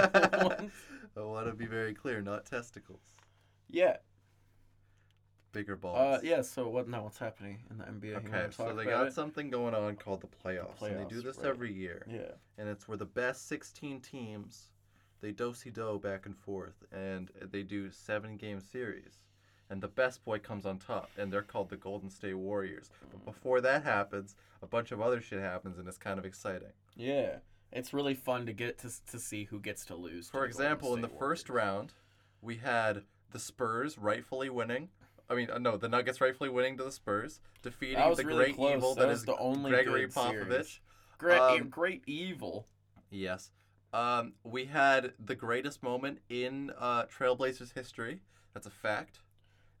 ones? I want to be very clear, not testicles. Yeah. Bigger balls. Uh, yeah. So what? Now what's happening in the NBA? You wanna Okay, so talk they about got it? something going on called the playoffs, and they do playoffs, this right. every year. Yeah. And it's where the best 16 teams, they do-si-do back and forth, and they do seven-game series. And the best boy comes on top, and they're called the Golden State Warriors. But before that happens, a bunch of other shit happens, and it's kind of exciting. Yeah. It's really fun to get to to see who gets to lose. to For Golden example, in the State first Warriors. round, we had the Spurs rightfully winning. I mean, uh, no, the Nuggets rightfully winning to the Spurs, defeating That was the really great close. evil That that was is the only Gregory good Popovich. series. Great, um, great evil. Yes. Um, we had the greatest moment in uh, Trailblazers history. That's a fact.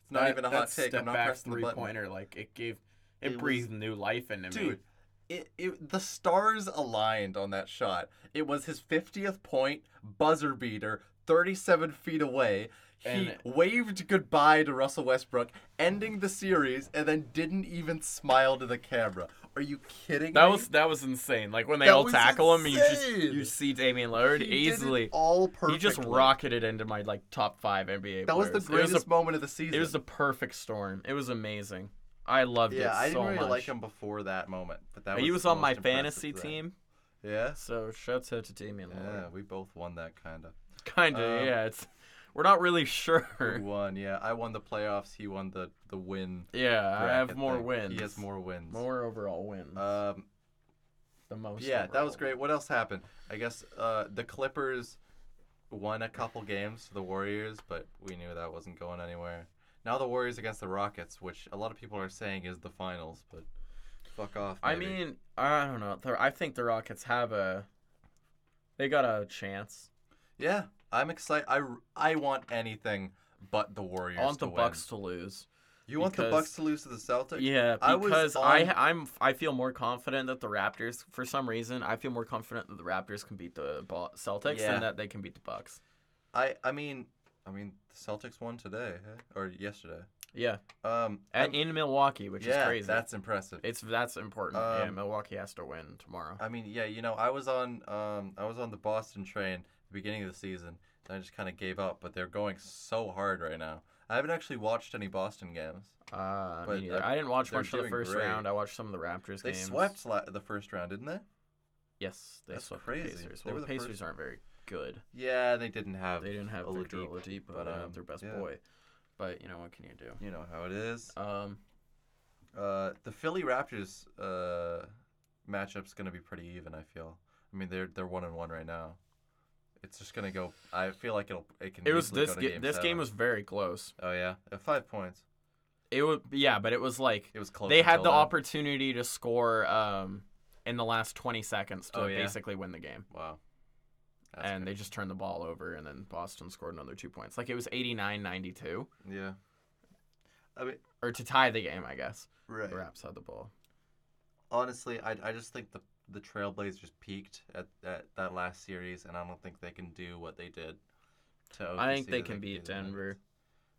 It's not That- even a that hot take. Step I'm not back pressing the three button. pointer, like it gave, It It, was- breathed new life into me. Dude, it, it the stars aligned on that shot. It was his 50th point buzzer beater, 37 feet away. He And- waved goodbye to Russell Westbrook, ending the series, and then didn't even smile to the camera. Are you kidding That me? was that was insane. Like when they That all was tackle him, you just insane. you see Damian Lillard He did it easily. all perfectly. He just rocketed into my like top five NBA. That was the players. It was greatest a- moment of the season. It was the perfect storm. It was amazing. I loved it yeah, I didn't so really much. like him before that moment, but that he was the on my most impressive fantasy thing. team, Yeah, so shouts out to Damian yeah, Lillard. we both won that kind of. Kind of, Um, yeah. It's we're not really He sure. won. Yeah, I won the playoffs. He won the the win. Yeah, I have bracket more thing. wins. He has more wins. more overall wins. Um, the most. yeah, that was overall. great. What else happened? I guess uh, the Clippers won a couple games to the Warriors, but we knew that wasn't going anywhere. Now the Warriors against the Rockets, which a lot of people are saying is the finals, but fuck off. I maybe. mean, I don't know. The- I think the Rockets have a. They got a chance. yeah, I'm excited. I, r- I want anything but the Warriors. I want the to win. Bucks to lose. You want the because- Bucks to lose to the Celtics? Yeah, I was because I, on- am I feel more confident that the Raptors for some reason I feel more confident that the Raptors can beat the Bo- Celtics Yeah. than that they can beat the Bucks. I I mean I mean the Celtics won today eh? or yesterday. Yeah, Um, at, I'm- in Milwaukee, which yeah, is crazy. that's impressive. It's that's important. yeah, Um, Milwaukee has to win tomorrow. I mean, yeah, you know, I was on um, I was on the Boston train at the beginning of the season, and I just kind of gave up. But they're going so hard right now. I haven't actually watched any Boston games. Uh, but me neither. they're- I didn't watch they're much of the doing first great. round. I watched some of the Raptors They games. swept la- the first round, didn't they? Yes, they That's swept crazy. the Pacers. They Well, were the the Pacers first- aren't very good. Yeah, they didn't have. They didn't have Victor Oladipo, Oladipo. They but, didn't um, have their best yeah. boy. But you know what can you do? You know how it is. Um, Uh, the Philly Raptors uh, matchup's gonna be pretty even. I feel. I mean, they're they're one and one right now. It's just gonna go. I feel like it'll. It can. it was easily this go to ga- game this seven. game was very close. Oh yeah, Uh, five points. It was yeah, but it was like It was close. they had the until then. opportunity to score um in the last 20 seconds to Oh, yeah. basically win the game. Wow. and they just turned the ball over and then Boston scored another 2 points. Like it was 89-92 they. Yeah. I mean, or to tie the game, I guess. right. The Raps had the ball. Honestly, I, I just think the the Trailblazers just peaked at, at that last series, and I don't think they can do what they did. To OKC I think they that can beat do to them. Denver.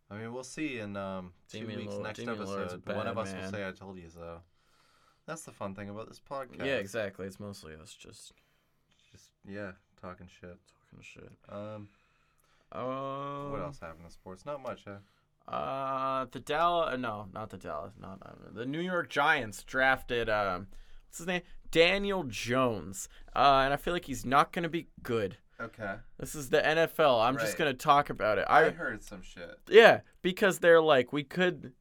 I mean, we'll see in um, two Damian weeks Lillard- next Damian Lillard's episode. One of bad, us man. will say, "I told you so." That's the fun thing about this podcast. Yeah, exactly. It's mostly us just Just yeah, talking shit. talking shit. Um, Um, what else happened in sports? Not much, huh? Uh, the Dallas. No, not the Dallas. Not uh, the New York Giants drafted. Um, what's his name? Daniel Jones. Uh, and I feel like he's not gonna be good. Okay. This is the NFL. I'm just Right. gonna talk about it. I I heard some shit. yeah, because they're like we could.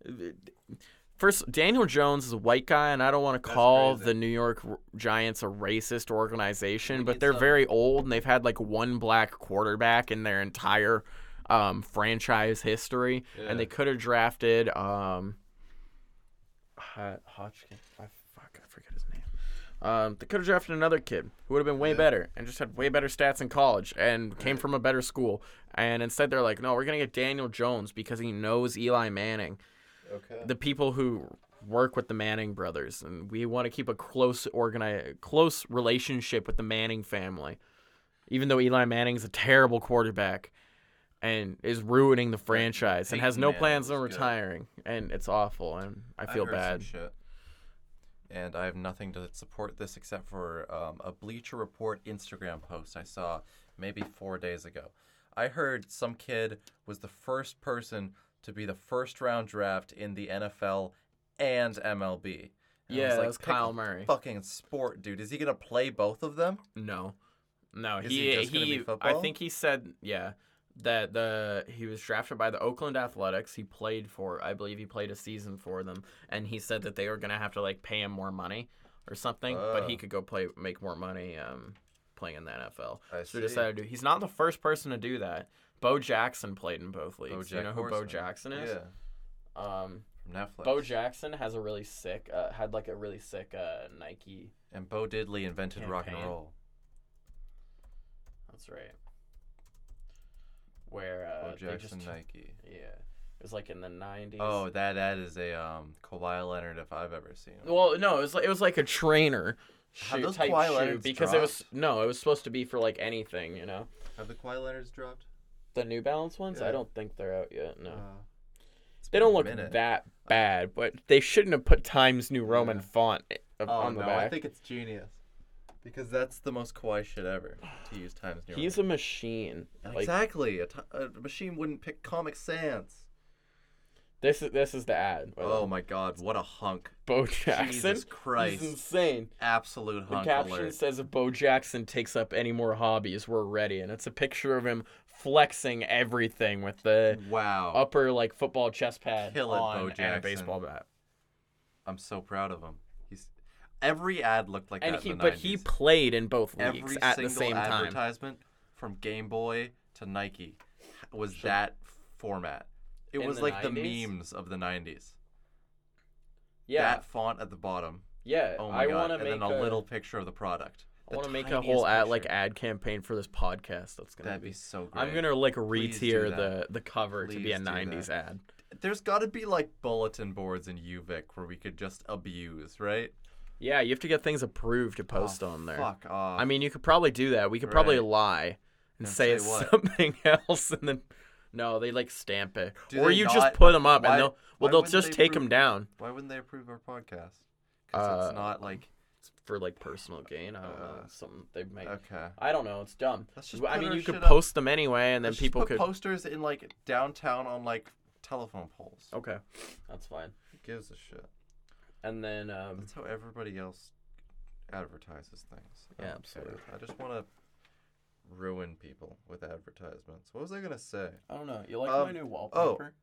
First, Daniel Jones is a white guy, and I don't want to call crazy. the New York R- Giants a racist organization, but need they're some- very old, and they've had like one black quarterback in their entire um, franchise history, and they could have drafted um, Ho- Hodgkin. I, fuck, I forget his name. Um, they could have drafted another kid who would have been way better and just had way better stats in college and came from a better school. And instead, they're like, no, we're going to get Daniel Jones because he knows Eli Manning, Okay. the people who work with the Manning brothers. And we want to keep a close, organi- close relationship with the Manning family, even though Eli Manning's a terrible quarterback and is ruining the franchise and has Peyton no Manning plans on was good. retiring. And it's awful. And I feel heard some bad. shit. And I have nothing to support this except for um, a Bleacher Report Instagram post I saw maybe four days ago. I heard some kid was the first person to be the first round draft in the NFL and MLB. And I Yeah, was that like, was "Pick Kyle a Murray." Fucking sport, dude. Is he gonna play both of them? No, no. Is he he he. just gonna be I football? think he said yeah that the he was drafted by the Oakland Athletics. He played for I believe he played a season for them, and he said that they were gonna have to like pay him more money or something, but he Oh. could go play make more money um playing in the NFL. so I he see. decided to. He's not the first person to do that. Bo Jackson played in both leagues. you Jack know who Bo Horseman. Jackson is? Yeah, Um, from Netflix. Bo Jackson has a really sick, uh, had like a really sick uh, Nike. and Bo Diddley invented rock and Campaign. roll. That's right. Where uh, Bo they Jackson Uh, just Nike. Yeah. was like in the nineties. Oh, that that is a um Kawhi Leonard if I've ever seen him. Well, no, it was like it was like a trainer Have shoe those type Kawhi shoe Leonards because it was no, it was supposed to be for like anything, you know. Have the Kawhi Leonards dropped? The New Balance ones, I Yeah. don't think they're out yet. No, It's they been don't a look minute. that bad, but they shouldn't have put Times New Roman font up Oh on the no, back. I think it's genius. Because that's the most Kawhi shit ever to use Times New. He's a machine. Roman. Like exactly a, t- a machine wouldn't pick Comic Sans. this is this is the ad. by the Oh way. my God, what a hunk! Bo Jackson. Jesus Christ. He's insane. Absolute The hunk caption alert. says if Bo Jackson takes up any more hobbies, we're ready. And it's a picture of him flexing everything with the Wow, upper like football chest pad Kill it, on Bo and a Jackson. baseball bat. I'm so proud of him. He's every ad looked like And that. he in the but he 90s. played in both every leagues at the single same time. advertisement from Game Boy to Nike was that format. It In was the like 90s? the memes of the '90s. Yeah. That font at the bottom. yeah. Oh my I god! want to And make then a, little picture of the product. I The want to make a tiniest whole ad like picture. ad campaign for this podcast. That's gonna That'd be so great. I'm gonna like Please do re-tier the that. the cover to be a Please do that. '90s ad. There's got to be like bulletin boards in UVic where we could just abuse, right? Yeah, you have to get things approved to post Oh, on there. Fuck off. I mean, you could probably do that. We could probably Right. lie and And say say it's what? something else, and then no, they like stamp it, Do or they you just not- put them up, why- and they'll why well, they'll wouldn't just they take them approve- down why wouldn't they approve our podcast? Because Uh, it's not like for like personal gain. I don't know, something they make. Ah. okay. I don't know. It's dumb. Let's just Well, I put mean, our you could shit up. post them anyway, and then Let's just people put could. posters in like downtown on like telephone poles. okay, that's fine. Who gives a shit? And then um, That's how everybody else advertises things. I Yeah, don't care. absolutely. I just want to ruin people with advertisements. What was I gonna say? I don't know. You like Um, my new oh. wallpaper?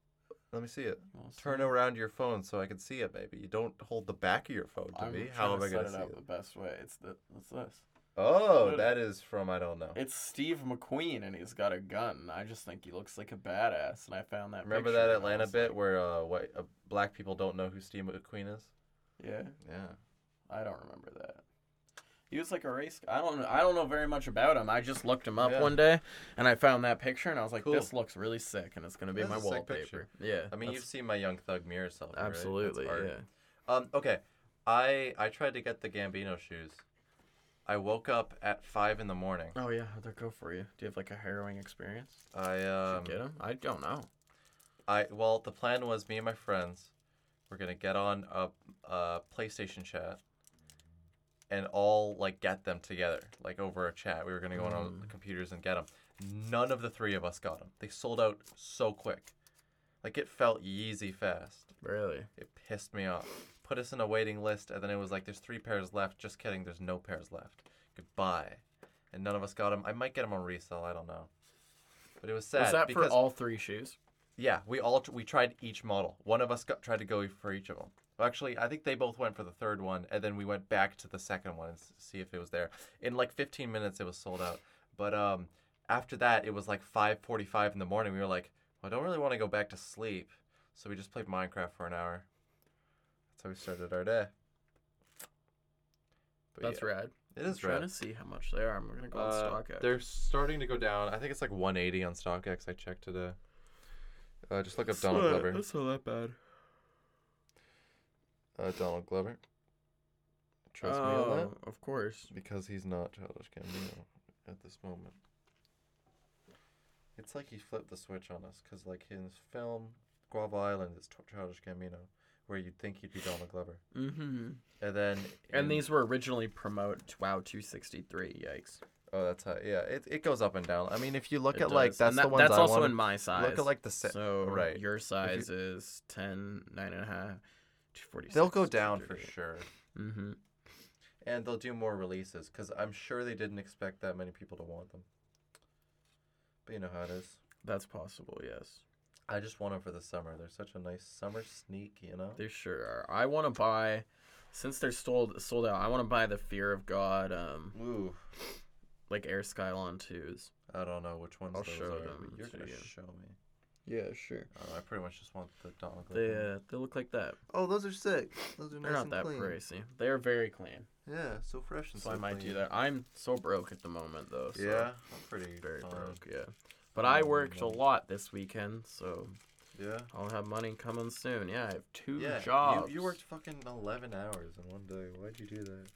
Let me see it. I'll see Turn it. around your phone so I can see it. Maybe you don't hold the back of your phone to I'm me. trying How am to I gonna set see it up the it? best way. It's the it's this. Oh, Good. that is from I don't know. It's Steve McQueen, and he's got a gun. I just think he looks like a badass, and I found that. Remember picture, that and I Atlanta was bit like, where uh, white uh, black people don't know who Steve McQueen is? yeah, Yeah. I don't remember that. He was like a race. I don't. I don't know very much about him. I just looked him up Yeah. one day, and I found that picture, and I was like, Cool. "This looks really sick," and it's gonna be That's my a sick wallpaper. picture. Yeah. I mean, that's- you've seen my Young Thug mirror selfie, right? That's absolutely. art. Yeah. Um, okay, I I tried to get the Gambino shoes. I woke up at five in the morning. Oh yeah, they're go for you. Do you have like a harrowing experience? I Did you um, get them? I don't know. I well, the plan was me and my friends were gonna get on a, a PlayStation chat and all like get them together, like over a chat. We were gonna go on Hmm. our computers and get them. None of the three of us got them. They sold out so quick. Like it felt Yeezy fast. Really? It pissed me off. Put us in a waiting list, and then it was like, there's three pairs left. Just kidding, there's no pairs left. Goodbye. And none of us got them. I might get them on resale. I don't know. But it was sad. Was that because, for all three shoes? Yeah, we all tr- we tried each model. One of us got, tried to go for each of them. Well, actually, I think they both went for the third one, and then we went back to the second one and s- see if it was there. In like 15 minutes, it was sold out. But um, after that, it was like 5:45 in the morning. We were like, well, I don't really want to go back to sleep, so we just played Minecraft for an hour. That's how we started our day. But That's yeah, rad. It is I'm trying rad. to see how much they are. I'm gonna go on Uh, stock StockX. They're starting to go down. I think it's like 180 on StockX. I checked today. Uh, just look up Donald Glover. That's not that bad. Uh, Donald Glover. Trust me on that Oh, Of course. because he's not childish Gambino at this moment. It's like he flipped the switch on us because, like, in his film Guava Island, it's Ch- childish Gambino, where you'd think he'd be Donald Glover, Mm-hmm. and then in- And these were originally promote WoW 263. Yikes. Oh, that's how. Yeah, it, it goes up and down. I mean, if you look It at like does. that's And the that- one That's I also wanna- in my size. Look at like the sa- so right. Your If you- size is 10, 9 and a half, 246. They'll go down for sure. Mm-hmm. and they'll do more releases because I'm sure they didn't expect that many people to want them. But you know how it is. That's possible. Yes, I just want them for the summer. They're such a nice summer sneak, you know. they sure are. I want to buy, since they're sold sold out. I want to buy the Fear of God, um, Ooh, like Air Skylon twos. I don't know which ones I'll those show are. them but You're to gonna you. show me. Oh, Yeah, sure. I, don't know, I pretty much just want the Donald. They Glover. uh, they look like that. Oh, those are sick. Those are They're nice not that and clean. pricey. They are very clean. Yeah, so fresh and So so I might do clean. that. I'm so broke at the moment though. So Yeah, I'm pretty Very fine. broke. Yeah. But I worked a Mm. lot this weekend, so Yeah. I'll have money coming soon. Yeah, I have two Yeah. jobs. You, you worked fucking eleven hours in one day. Why'd you do that?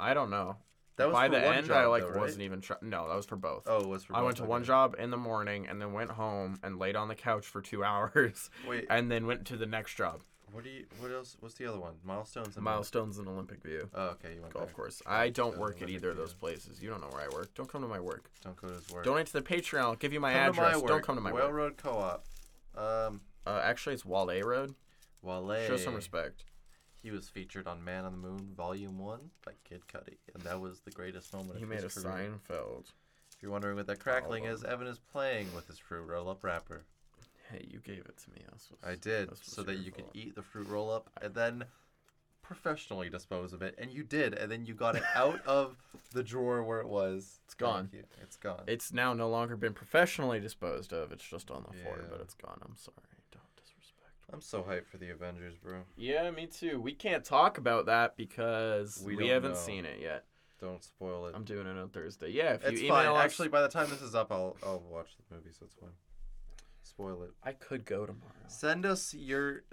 I don't know. That was By for the one end, job, I like though, right? wasn't even. Try- no, that was for both. Oh, it was for I went both, to one okay. job in the morning and then went home and laid on the couch for two hours. Wait. And then went to the next job. What do you? What else? What's the other one? Milestones. And Milestones in Olympic View. Oh, okay. You went Golf there. course. I don't work at Olympic either of View. those places. You don't know where I work. Don't come to my work. Don't go to his work. Donate to the Patreon. I'll give you my Come to my address. work. Don't come to my work. Railroad Co-op. Um, Uh, actually, it's Wale Road. Wale. Show some respect. He was featured on Man on the Moon Volume One by Kid Cudi, and that was the greatest moment. He of made a his career. Seinfeld. If you're wondering what that crackling Oh. is, Evan is playing with his fruit roll-up wrapper. Hey, you gave it to me. That's what's- I did, that's so what's that your you could fault. eat the fruit roll-up and then professionally dispose of it, and you did, and then you got it out of the drawer where it was. It's gone. It's gone. It's now no longer been professionally disposed of. It's just on the floor, Yeah. but it's gone. I'm sorry. Don't disrespect. I'm so hyped for the Avengers, bro. Yeah, me too. We can't talk about that because We we, don't haven't know. seen it yet. Don't spoil it. I'm doing it on Thursday. Yeah, if it's you fine. email us, Actually, by the time this is up, I'll I'll watch the movie, so it's fine. Spoil it. I could go tomorrow. Send us your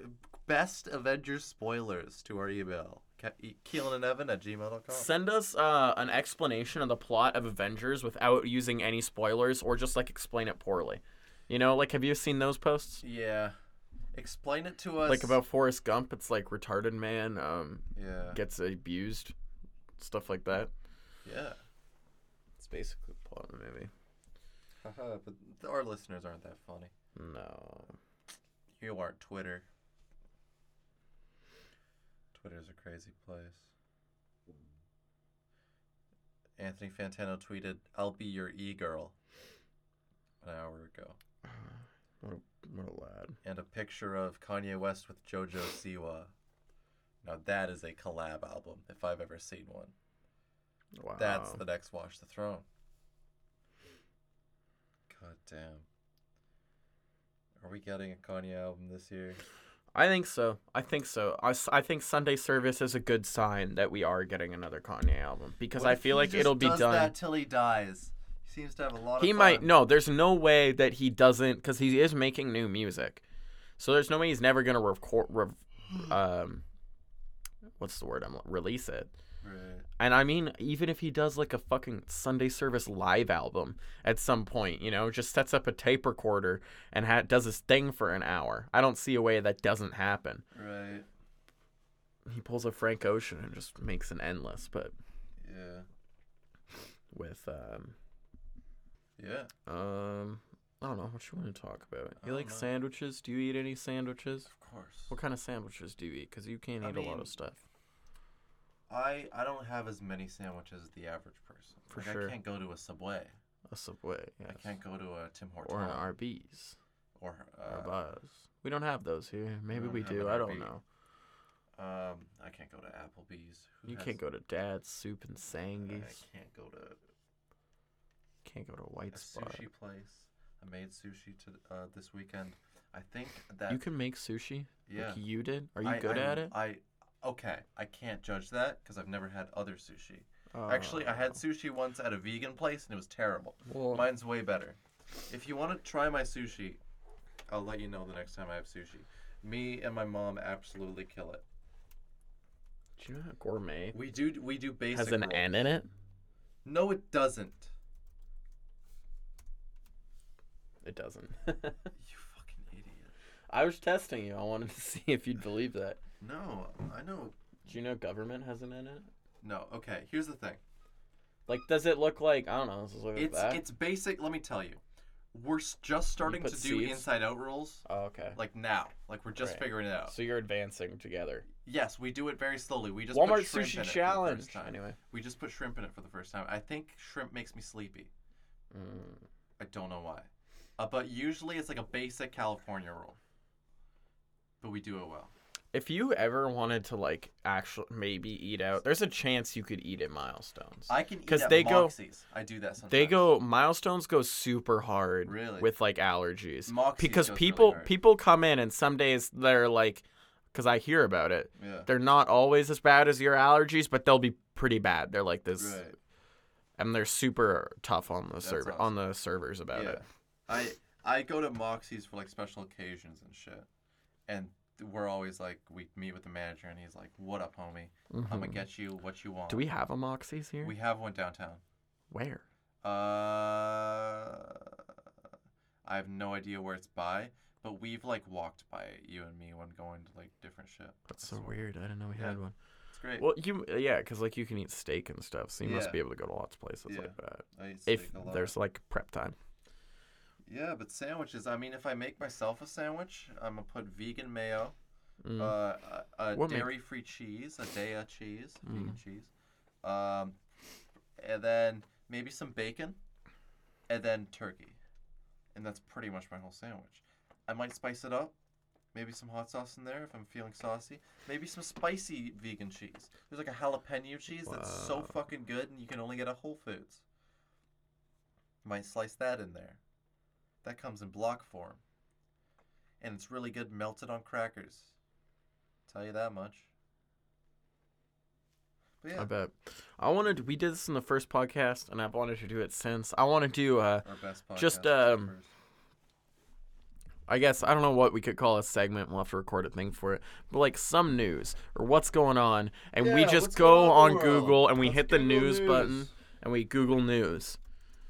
best Avengers spoilers to our email, Ke- e- Keelan and Evan at gmail.com. Send us uh, an explanation of the plot of Avengers without using any spoilers or just like explain it poorly. You know, like have you seen those posts? yeah. Explain it to us. Like about Forrest Gump, it's like retarded man um, Yeah. gets abused, stuff like that. yeah. It's basically the plot of the movie. Haha, but th- our listeners aren't that funny. No. You aren't Twitter. Twitter's a crazy place. Anthony Fantano tweeted, I'll be your e girl an hour ago. What a, what a lad. and a picture of Kanye West with JoJo Siwa. Now that is a collab album, if I've ever seen one. Wow. That's the next Watch the Throne. God damn. Are we getting a Kanye album this year? I think so. I think so. I, s- I think Sunday Service is a good sign that we are getting another Kanye album because I feel like it'll be does done. that till he dies. He seems to have a lot. he of might no. There's no way that he doesn't because he is making new music, so there's no way he's never gonna record. Rev- um, what's the word? I'm release it. And I mean, even if he does like a fucking Sunday Service live album at some point, you know, just sets up a tape recorder and ha- does his thing for an hour. I don't see a way that doesn't happen. Right. he pulls a Frank Ocean and just makes an endless, but Yeah. with um Yeah. um I don't know what you want to talk about. You don't like know. sandwiches? Do you eat any sandwiches? Of course. What kind of sandwiches do you eat? Because you can't I eat a lot mean, of stuff. I I don't have as many sandwiches as the average person. For Like, sure. I can't go to a Subway. A Subway, yes. I can't go to a Tim Hortons or an Arby's or or a uh, Buzz. We don't have those here. Maybe don't we have do. an I don't Arby's. know. um I can't go to Applebee's. Who You has- can't go to Dad's Soup and Sangies. I can't go to Can't go to a White Spot. sushi place. I made sushi to uh, this weekend. I think that You can make sushi. Yeah. Like you did. Are you I- good I- at it? I okay. I can't judge that because I've never had other sushi. Actually, I had sushi once at a vegan place and it was terrible. Oh. Well- Mine's way better. If you want to try my sushi, I'll let you know the next time I have sushi. Me and my mom absolutely kill it. Do you know how gourmet We do we do basic has an rolls. N in it? No, it doesn't. It doesn't. You fucking idiot. I was testing you. I wanted to see if you'd believe that. No, I know. Do you know government has an N in it? No, okay. Here's the thing. Like, does it look like I don't know? Does it look like It's that? it's basic. Let me tell you, we're s- just starting to put do seeds? inside out rules oh, okay. like now. Like we're just Right. figuring it out. so you're advancing together. yes, we do it very slowly. We just Walmart put shrimp sushi in it for the challenge. first time. Anyway. we just put shrimp in it for the first time. I think shrimp makes me sleepy. Hmm. I don't know why, uh, but usually it's like a basic California rule. But we do it well. If you ever wanted to like actually maybe eat out, there's a chance you could eat at Milestones. I can eat 'Cause at they go- Moxie's. I do that sometimes. they go milestones go super hard Really? with like allergies Moxie's because goes really people hard. people come in and some days they're like because I hear about it Yeah. they're not always as bad as your allergies but they'll be pretty bad they're like this Right. and they're super tough on the server awesome. on the servers about Yeah. it I I go to Moxie's for like special occasions and shit, and we're always like we meet with the manager and he's like, "What up, homie? I'm gonna get you what you want." Mm-hmm. Do we have a Moxie's here? We have one downtown. Where? Uh, I have no idea where it's by, but we've like walked by it, you and me, when going to like different shit. That's so weird. I didn't know we Yeah. had one. It's great. Well, you yeah, because like you can eat steak and stuff, so you must Yeah. be able to go to lots of places Yeah. like that. I eat If steak a lot. there's like prep time, Yeah, but sandwiches. I mean, if I make myself a sandwich, I'm gonna put vegan mayo, uh, a, a Mm. What ma- Mm. dairy-free cheese, a daya cheese, vegan cheese, um, and then maybe some bacon, and then turkey, and that's pretty much my whole sandwich. I might spice it up. Maybe some hot sauce in there if I'm feeling saucy. Maybe some spicy vegan cheese. There's like a jalapeno cheese that's so fucking good, and you can only get at Whole Foods. Might slice that in there. That comes in block form. And it's really good melted on crackers. Tell you that much. But yeah, I bet. I wanted we did this in the first podcast, and I've wanted to do it since. I want to do uh, our best podcast. Just, is the um, first. I guess I don't know what we could call a segment. We'll have to record a thing for it, but like some news or what's going on, and we Yeah, just what's go going on on in the world? Google and we Let's hit the Google news, news. button and we Google news.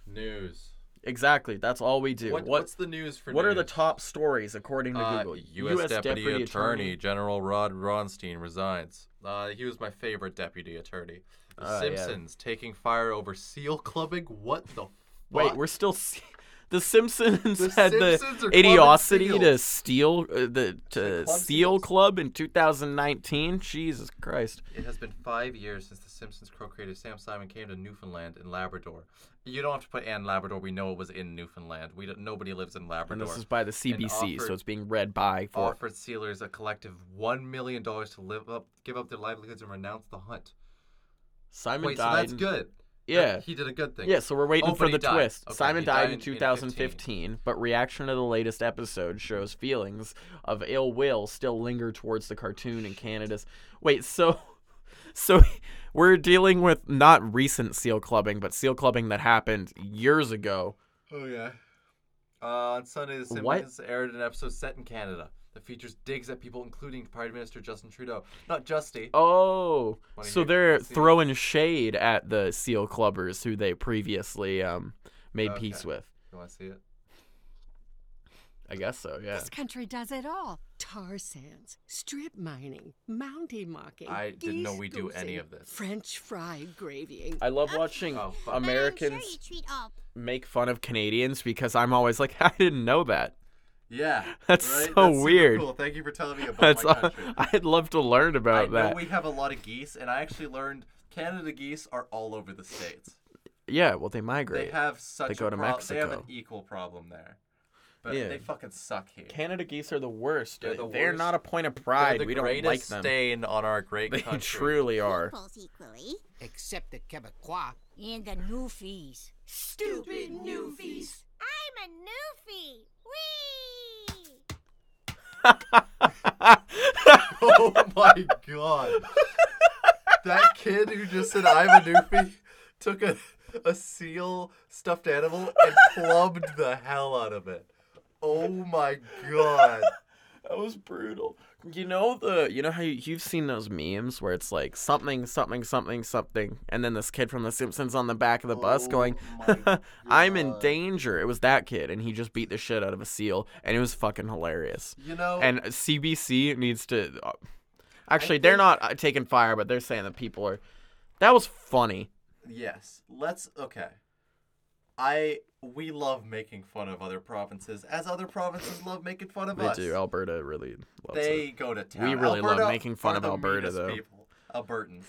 News. Exactly, that's all we do. What, What what's the news for? what are the news? top stories according to Uh, Google? U.S. Deputy, Attorney, General Rod Ronstein resigns. Uh, he was my favorite deputy attorney. The Uh, yeah. Simpsons taking fire over seal clubbing. What the? Wait, fuck? we're still. Se- the Simpsons The had Simpsons the are clubbing idiocy to seals. steal uh, the to club Seal seals. Club in 2019. Jesus Christ! It has been five years since The Simpsons co creator Sam Simon came to Newfoundland and Labrador. You don't have to put and Labrador. We know it was in Newfoundland. We don't, nobody lives in And Labrador. this is by the CBC, offered- so it's being read by for offered sealers a collective $1 million to live up, give up their livelihoods and renounce the hunt. Simon Wait, so died. that's in- good. Yeah. He did a good thing. Yeah, so we're waiting Oh, for but the he died. twist. Okay, Simon he died, in in 2015, but reaction to the latest episode shows feelings of ill will still linger towards the cartoon in Canada's. Wait, so so we're dealing with not recent seal clubbing, but seal clubbing that happened years ago. Oh yeah. Uh, on Sunday, The What? Simpsons aired an episode set in Canada that features digs at people, including Prime Minister Justin Trudeau. Not Justy. Oh, Wanna so hear- they're let's see. throwing shade at the seal clubbers who they previously um, made peace Okay. with. You want to see it? I guess so. Yeah. This country does it all. Tar sands, strip mining, mountain mocking. I didn't know we do geese any goosing, of this. French fried gravying. I love watching Oh, fuck. Americans make fun of Canadians because I'm always like, I didn't know that. Yeah. That's right? so super weird. Cool. Thank you for telling me about That's Oh my all- country. I'd love to learn I about know that. we have a lot of geese, and I actually learned Canada geese are all over the states. Yeah, well, they migrate. They have such They go a to pro- They have an Mexico. equal problem there, but Yeah. they fucking suck here. Canada geese are the worst. They're the They're worst. not a point of They're pride. the we don't like greatest them. stain on our great they country. truly are. equally. Except the Quebecois. And the newfies. Stupid newfies. I'm a newfie. Whee! oh my god. That kid who just said I'm a newfie took a, a seal stuffed animal and plumbed the hell out of it. Oh my god. That was brutal. You know the you know how you, you've seen those memes where it's like something something something something and then this kid from the Simpsons on the back of the bus going Oh my I'm in God. danger. It was that kid and he just beat the shit out of a seal and it was fucking hilarious. You know And CBC needs to uh, Actually, they're think- not uh, taking fire, but they're saying that people are That was funny. Yes. Let's okay. I we love making fun of other provinces as other provinces love making fun of They us. do. Alberta really loves They it. go to town. We really love Alberta making fun are of the Alberta, meanest though. People, Albertans.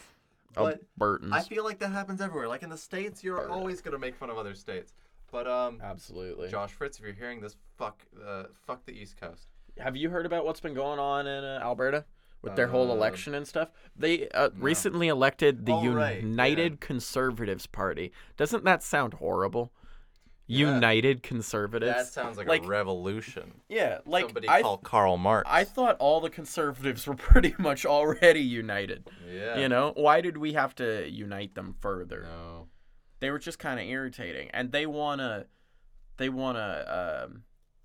But Albertans. I feel like that happens everywhere. Like in the states, you're always gonna make fun of other states. But um, Uh, Absolutely. Josh Fritz, if you're hearing this, fuck, uh, fuck the East Coast. Have you heard about what's been going on in uh, Alberta with their whole election and stuff? They uh, recently elected the Uh, Oh, right, yeah. United Conservatives Party. Doesn't that sound horrible? Yeah. United Conservatives. That sounds like, Like- a revolution. yeah, like Somebody I, called Karl Marx. I thought all the conservatives were pretty much already united. yeah. You know, why did we have to unite them further? No. They were just kind of irritating, and they wanna, they wanna um,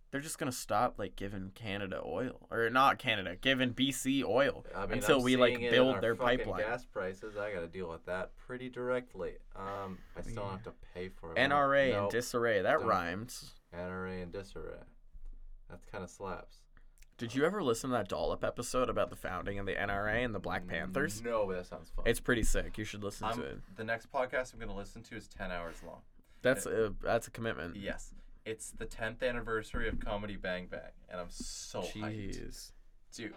they're just gonna stop like giving Canada oil or not Canada, giving BC oil I mean, until I'm we like seeing it in build our their fucking pipeline. Gas prices. I got to deal with that pretty directly. Um, I still have to pay for it. NRA and Nope. disarray. That Don't. rhymes. NRA and disarray. That's kind of slaps. Did you ever listen to that Dollop episode about the founding of the NRA and the Black Panthers? No, but that sounds fun. It's pretty sick. You should listen I'm- to it. the next podcast I'm going to listen to is ten hours long. That's a that's a commitment. Yes, it's the tenth anniversary of Comedy Bang Bang, and I'm so hyped. Jeez. dude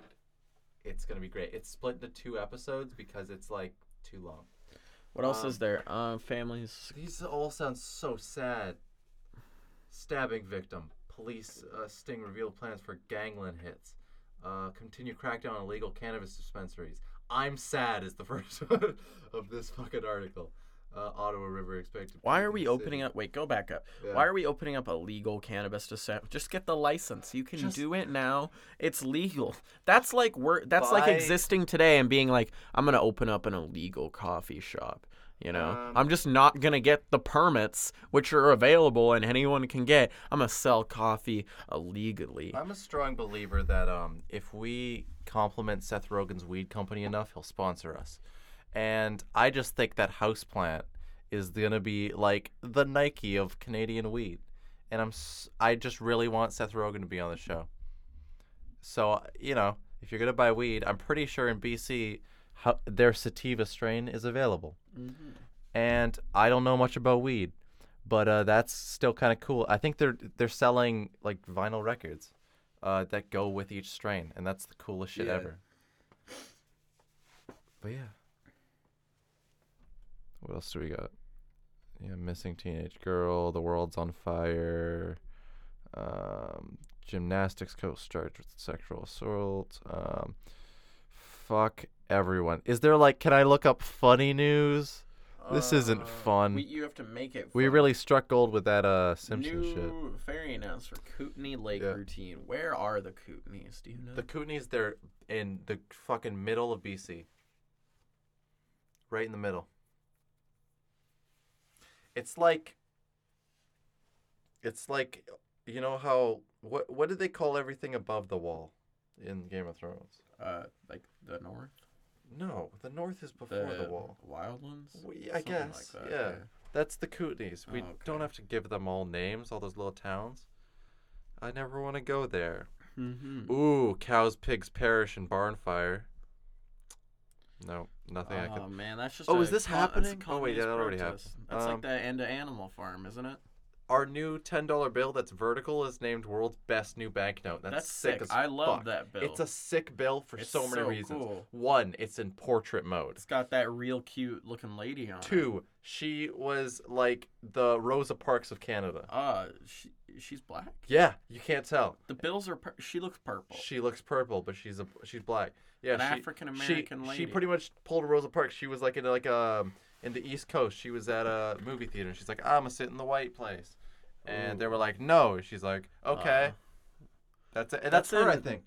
it's gonna be great it's split into two episodes because it's like too long What else Um, is there? Uh, families. these all sound so sad stabbing victim police uh, sting reveal plans for gangland hits uh, continue crackdown on illegal cannabis dispensaries i'm sad is the first one of this fucking article uh, ottawa river expected Why are we opening up? Wait, go back up. Why are we opening up illegal cannabis to sell? Just get the license. You can Just- do it now. It's legal. That's like we're that's like Buy- existing today and being like, I'm gonna open up an illegal coffee shop. You know, Um, I'm just not gonna get the permits, which are available and anyone can get. I'm gonna sell coffee illegally. I'm a strong believer that um, if we compliment Seth Rogen's weed company enough, he'll sponsor us. And I just think that Houseplant is gonna be like the Nike of Canadian weed. And I'm s- I just really want Seth Rogen to be on the show. So you know, if you're gonna buy weed, I'm pretty sure in BC how, their sativa strain is available. And I don't know much about weed, but uh, that's still kind of cool. I think they're they're selling like vinyl records uh, that go with each strain, and that's the coolest shit Yeah. ever. But yeah, what else do we got? Yeah, missing teenage girl, the world's on fire. Um, gymnastics coach charged with sexual assault. Um, fuck everyone. Is there like, can I look up funny news? This isn't fun. Uh, We, We, you have to make it. really struck gold with that uh Simpson new shit. ferry announcer Kootenay Lake Yeah. routine. Where are the Kootenays? Do you know? The Kootenays, they're in the fucking middle of BC. Right in the middle. It's like. It's like, you know how what what did they call everything above the wall, in Game of Thrones? uh, like the north. No, the north is before the, wall. Wildlands? We, Uh, Something I like guess, that, yeah. That's the Kootenays. We Oh, okay. don't have to give them all names, all those little towns. I never want to go there. Mhm. Ooh, cows, pigs perish in barn fire. No, nothing I Oh could. man, that's just. Oh, a is this con- that's a happening? Oh, wait, communist yeah, that already protest. happened. That's Um, like the end of Animal Farm, isn't it? Our new ten dollar bill that's vertical is named world's best new banknote. That's, That's sick. sick. as I love fuck. that bill. It's a sick bill for It's so many so reasons. cool. One, it's in portrait mode. It's got that real cute looking lady on it. Two, she was like the Rosa Parks of Canada. Uh, she, she's black. Yeah, you can't tell. The bills are. Pur- she looks purple. She looks purple, but she's a she's black. Yeah, An she- African-American she, She lady. pretty much pulled Rosa Parks. She was like in like um in the East Coast. She was at a movie theater. and She's like, I'm gonna sit in the white place, and they were like, No. She's like, Okay, that's it. And that's, Uh. That's her, I in- think.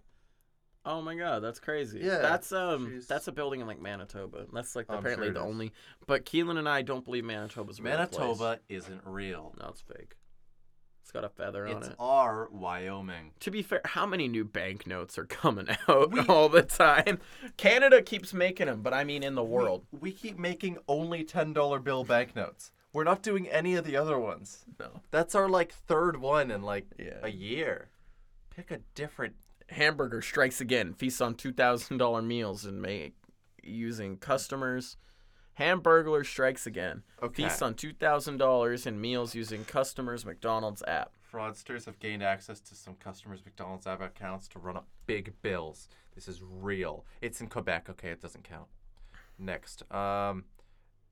Oh my god, that's crazy. Yeah, That's um she's- that's a building in like Manitoba. That's like I'm apparently sure it the is. only but Keelan and I don't believe Manitoba's a real place. Manitoba isn't real. No, it's fake. It's got a feather on It's it. our Wyoming. to be fair, how many new banknotes are coming out all the time? Canada keeps making them, but I mean in the world. We keep making only ten dollar bill banknotes. We're not doing any of the other ones. No. That's our like third one in like Yeah. a year. Pick a different Hamburger strikes again. Feasts on two thousand dollar meals and make using customers. Hamburglar strikes again. Okay. Feasts on two thousand dollars in meals using customers McDonald's app. Fraudsters have gained access to some customers' McDonald's app accounts to run up big bills. This is real. It's in Quebec. Okay, it doesn't count. Next. Um,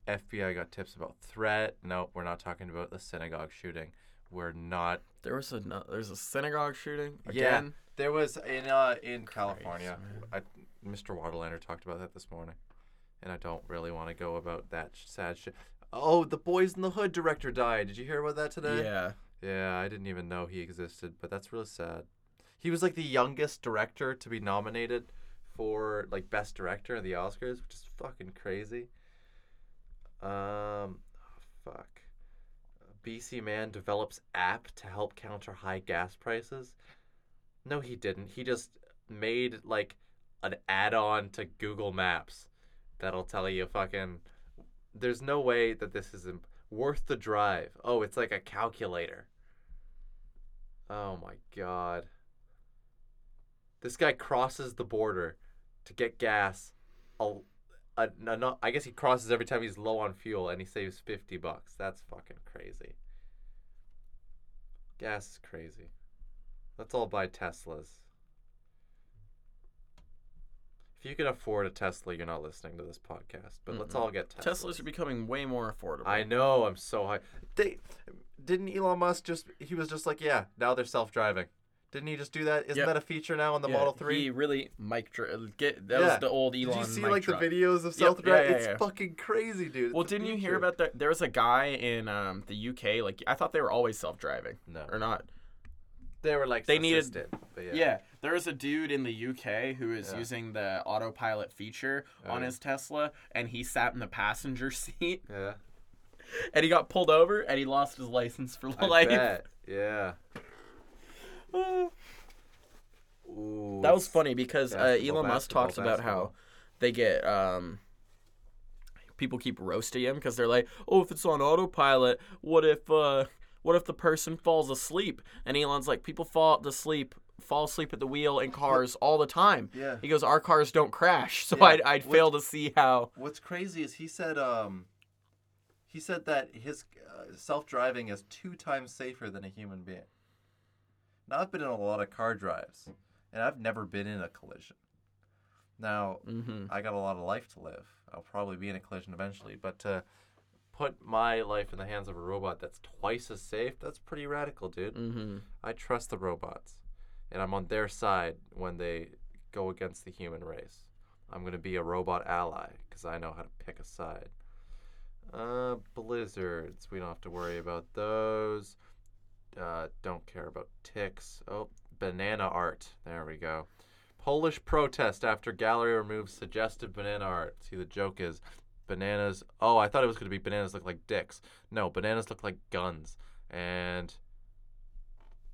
FBI got tips about threat. No, we're not talking about the synagogue shooting. We're not. There was a no- there's a synagogue shooting Yeah, again. there was in uh, in California. I, Mr. Waterlander talked about that this morning, and I don't really want to go about that sh- sad shit. Oh, the Boys in the Hood director died. Did you hear about that today? Yeah. Yeah, I didn't even know he existed, but that's really sad. He was like the youngest director to be nominated for like best director at the Oscars, which is fucking crazy. Um, fuck. BC Man develops app to help counter high gas prices? No, he didn't. He just made like an add-on to Google Maps that'll tell you fucking. There's no way that this is im- worth the drive. Oh, it's like a calculator. Oh my god. This guy crosses the border to get gas. A, a, no, no, I guess he crosses every time he's low on fuel and he saves 50 bucks. That's fucking crazy. Gas is crazy. Let's all buy Teslas. If you can afford a Tesla, you're not listening to this podcast. But let's all get Teslas. Mm-hmm. Teslas are becoming way more affordable. I know. I'm so high. They didn't Elon Musk just he was just like, yeah, now they're self-driving. Didn't he just do that? Isn't Yeah. that a feature now on the Model 3? He really mic dri- get that was the old Elon. Did you see mic like drop. the videos of Yep, self-driving? yeah, yeah, yeah. It's fucking crazy, dude. It's Well, the didn't you hear future. about that? There was a guy in um, the UK. Like I thought they were always self-driving. No. or not. They were like They needed- assisted, but yeah. Yeah. there was a dude in the UK who is using the autopilot feature Oh, on his Tesla, and he sat in the passenger seat, Yeah. and he got pulled over, and he lost his license for I life. bet. Yeah. Ooh, That was it's- funny because uh, Basketball, Elon Musk basketball, talks about how basketball. they get um, people keep roasting him because they're like, "Oh, if it's on autopilot, what if uh, what if the person falls asleep?" And Elon's like, "People fall to sleep." Fall asleep at the wheel in cars all the time. Yeah. He goes, our cars don't crash, so Yeah. I'd, I'd Which- fail to see how. What's crazy is he said um he said that his uh, self-driving is two times safer than a human being. Now I've been in a lot of car drives and I've never been in a collision. Now Mhm. I got a lot of life to live. I'll probably be in a collision eventually, but to put my life in the hands of a robot that's twice as safe, that's pretty radical, dude. Mm-hmm. I trust the robots, and I'm on their side when they go against the human race. I'm gonna be a robot ally because I know how to pick a side. Uh, blizzards, we don't have to worry about those. Uh, don't care about ticks. Oh, banana art. There we go. Polish protest after gallery removes suggestive banana art. See, the joke is bananas. Oh, I thought it was gonna be bananas look like dicks. No, bananas look like guns. And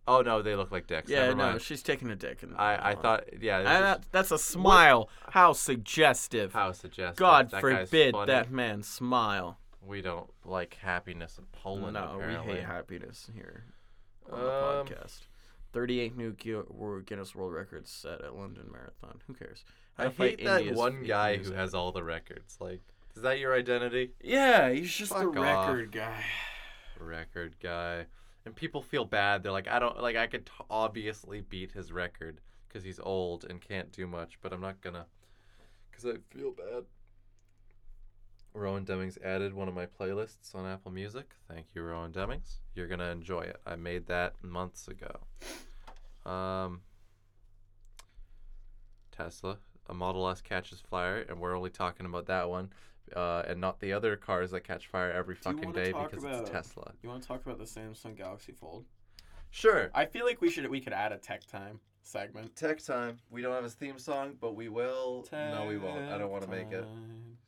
oh no, they look like dicks. Yeah, Never no, mind. she's taking a dick. In I I Oh. thought yeah. And this is- that, that's a smile. How suggestive. How suggestive. God That guy's forbid funny. that man smile. We don't like happiness in Poland. no, apparently. we hate happiness here on Um, the podcast. 38 new Gu- Wor- Guinness World Records set at London Marathon. Who cares? How I to fight hate that India's one fake guy news who app. has all the records. Like, is that your identity? Yeah, he's just Fuck the off. record guy. Record guy. And people feel bad. They're like, I don't like. I could t- obviously beat his record because he's old and can't do much. But I'm not gonna, because I feel bad. Rowan Demings added one of my playlists on Apple Music. Thank you, Rowan Demings. You're gonna enjoy it. I made that months ago. Um, Tesla, a Model S catches fire, and we're only talking about that one, uh, and not the other cars that catch fire every you fucking wanna day talk because about- it's Tesla. You want to talk about the Samsung Galaxy Fold? Sure. I feel like we should we could add a tech time segment. Tech time. We don't have a theme song, but we will. no, we won't. I don't want to make it.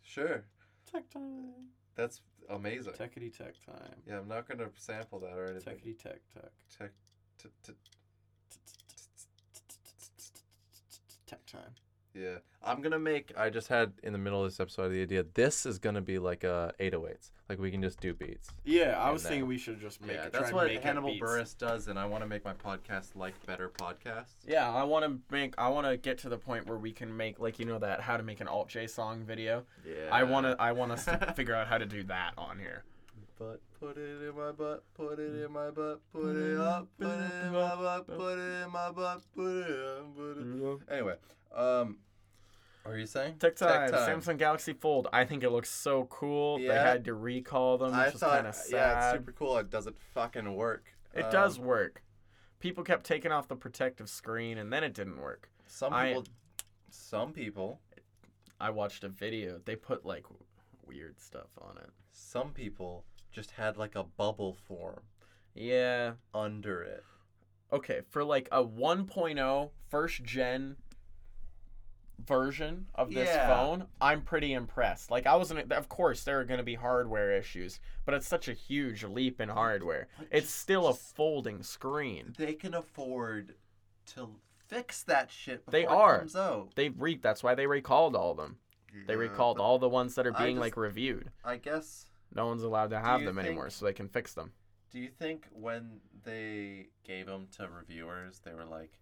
Sure. Tech time. That's amazing. Techity tech time. Yeah, I'm not gonna sample that or anything. Techity tech tech. Tech. T- t- Tech time. yeah, I'm gonna make. I just had in the middle of this episode the idea. This is gonna be like uh, a 808s. Like we can just do beats. Yeah, I And was thinking then- we should just make yeah, it. that's try what and make Hannibal it beats. Burris does, and I want to make my podcast like better podcasts. Yeah, I want to make. I want to get to the point where we can make like you know that how to make an alt J song video. Yeah. I want to. I want us to figure out how to do that on here. But put it in my butt, put it in my butt, put it up, put it in my butt, put it in my butt, put it up, put it. Anyway, um, what are you saying? Tech time, Samsung Galaxy Fold. I think it looks so cool. Yeah. They had to recall them, I which is kind thought, uh, of sad. yeah, it's super cool. It doesn't fucking work. It Um, does work. People kept taking off the protective screen, and then it didn't work. Some I- people, some people, I watched a video. They put like weird stuff on it. some people just had like a bubble form Yeah. under it. oh Okay, for like a 1.0 first gen version of this Yeah. phone, I'm pretty impressed. Like I wasn't of course there are going to be hardware issues, but it's such a huge leap in hardware. It's still a folding screen. They can afford to fix that shit before They it are. comes out. They re that's why they recalled all of them. They recalled all the ones that are I being just- like reviewed. I guess. No one's allowed to have you them anymore think- so they can fix them. Do you think when they gave them to reviewers, they were like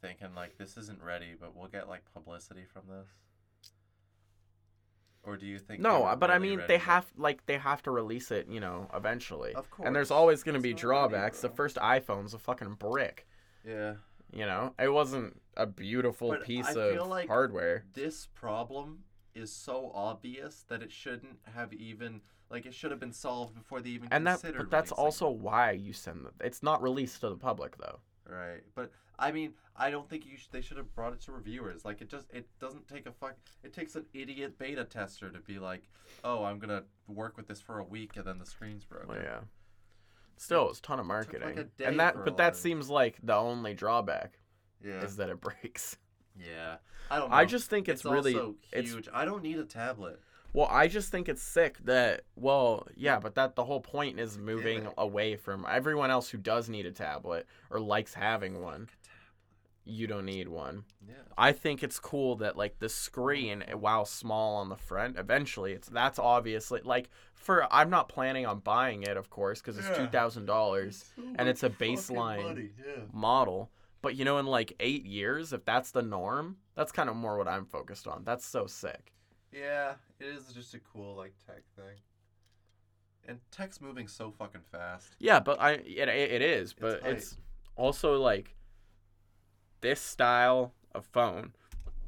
thinking like this isn't ready, but we'll get like publicity from this? Or do you think? they No, were uh, but I really mean ready they to- have like they have to release it, you know, eventually. Of And there's course. always going to be It's not ready, drawbacks. the bro. first iPhone's a fucking brick, Yeah. you know. It wasn't a beautiful But I piece feel of like hardware. This problem is so obvious that it shouldn't have even like it should have been solved before they even and that considered. but that's releasing it. also why you send the, it's not released to the public though Right, but I mean, I don't think you sh- they should have brought it to reviewers. Like it just it doesn't take a fuck. It takes an idiot beta tester to be like, oh, I'm gonna work with this for a week and then the screen's broken. well, yeah still it's a ton of like, a marketing day and that for a but lot that of- seems like the only drawback yeah, is that it breaks yeah. I don't. Know. I just think it's really- also it's- huge. I don't need a tablet. well i just think it's sick that well yeah but that the whole point is moving it. away from everyone else who does need a tablet or likes having one you don't need one Yeah, I think it's cool that like the screen, eh, while small on the front, eventually it's that's obviously like for I'm not planning on buying it, of course, because it's two thousand dollars and it's a baseline model. But you know, in like eight years, if that's the norm, that's kind of more what I'm focused on. That's so sick. yeah. It is just a cool like tech thing. And tech's moving so fucking fast. Yeah, but I it it is, but hype. it's also like this style of phone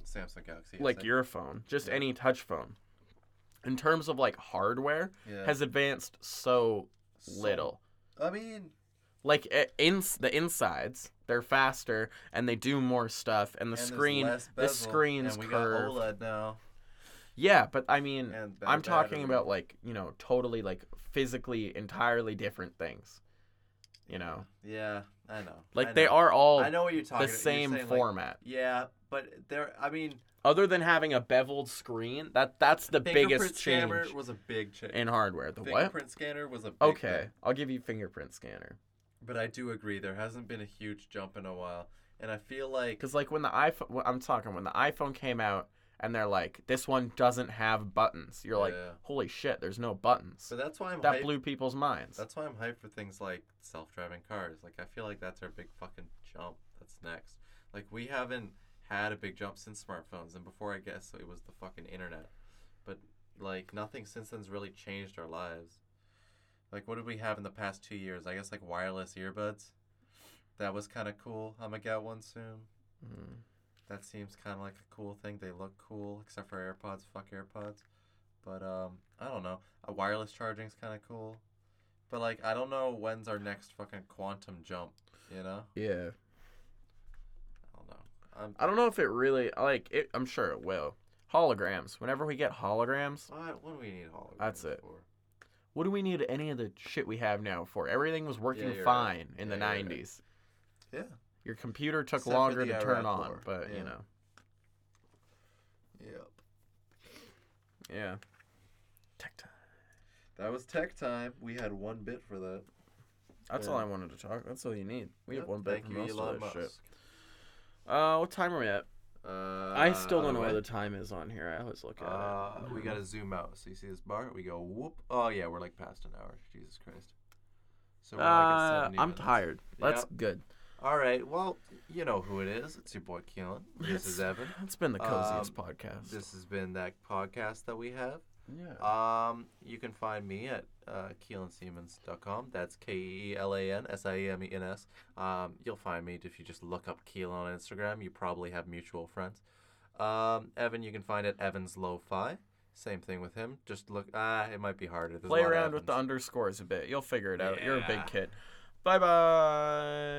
Samsung Galaxy. like S8. your phone, just any touch phone, in terms of like hardware, Yeah. has advanced so, So- little. I mean, Like i- ins the insides, they're faster and they do more stuff, and the and there's screen, less the bezel, screen's and we curved. got OLED now. Yeah, but I mean, And better I'm talking battery. about like you know, totally like physically entirely different things. You know, Yeah, I know. like I they know. are all I know what you're talking. the about. You're same saying, like, format. yeah, but there. I mean, Other than having a beveled screen, that that's the biggest fingerprint scanner change was a big change. in hardware. The what? fingerprint scanner was a big Okay, thing. I'll give you fingerprint scanner. But I do agree there hasn't been a huge jump in a while, and I feel like Because like when the iPhone, well, I'm talking when the iPhone came out, and they're like, this one doesn't have buttons. You're like, Yeah. holy shit, there's no buttons. so that's why I'm That hyped. blew people's minds. That's why I'm hyped for things like self-driving cars. Like I feel like that's our big fucking jump. That's next. Like we haven't had a big jump since smartphones, and before I guess it was the fucking internet. But like nothing since then's really changed our lives. Like what did we have in the past two years? I guess like wireless earbuds. That was kind of cool. I'm gonna get one soon. Mhm. That seems kind of like a cool thing. They look cool, except for AirPods. Fuck AirPods. But um, I don't know. A wireless charging's kind of cool. But like, I don't know when's our next fucking quantum jump. You know? Yeah. I don't know. I'm. I don't know if it really like it. I'm sure it will. Holograms. Whenever we get holograms, What, what do we need holograms That's it. for? what do we need any of the shit we have now for? Everything was working you're right. fine in Yeah, the you're right. 90s. Yeah. Your computer took Except for longer the to turn IRAP on, lore. but Yeah. you know, Yep. yeah. Tech time. That was tech time. We had one bit for that. That's Yeah. all I wanted to talk. That's all you need. We Yep, have one bit thank for you, most Elon of this shit. Musk. Uh, what time are we at? Uh, I still don't know otherwise- where the time is on here. I always look at Uh, it. we gotta zoom out. So you see this bar? We go whoop. Oh yeah, we're like past an hour. Jesus Christ. So we're like at Uh, 70 I'm minutes. tired. That's Yep. good. All right. Well, you know who it is. It's your boy Keelan. This is Evan. That's been the coziest Um, podcast. This has been that podcast that we have. yeah. Um, you can find me at uh, keelansiemens.com. That's K E E L A N S I E M E N S. Um, you'll find me if you just look up Keelan on Instagram. You probably have mutual friends. Um, Evan, you can find at Evans Lo-Fi. Same thing with him. Just look. Ah, it might be harder. There's a Play lot of around with the Evans. underscores a bit. You'll figure it out. You're a Yeah. big kid. Bye bye.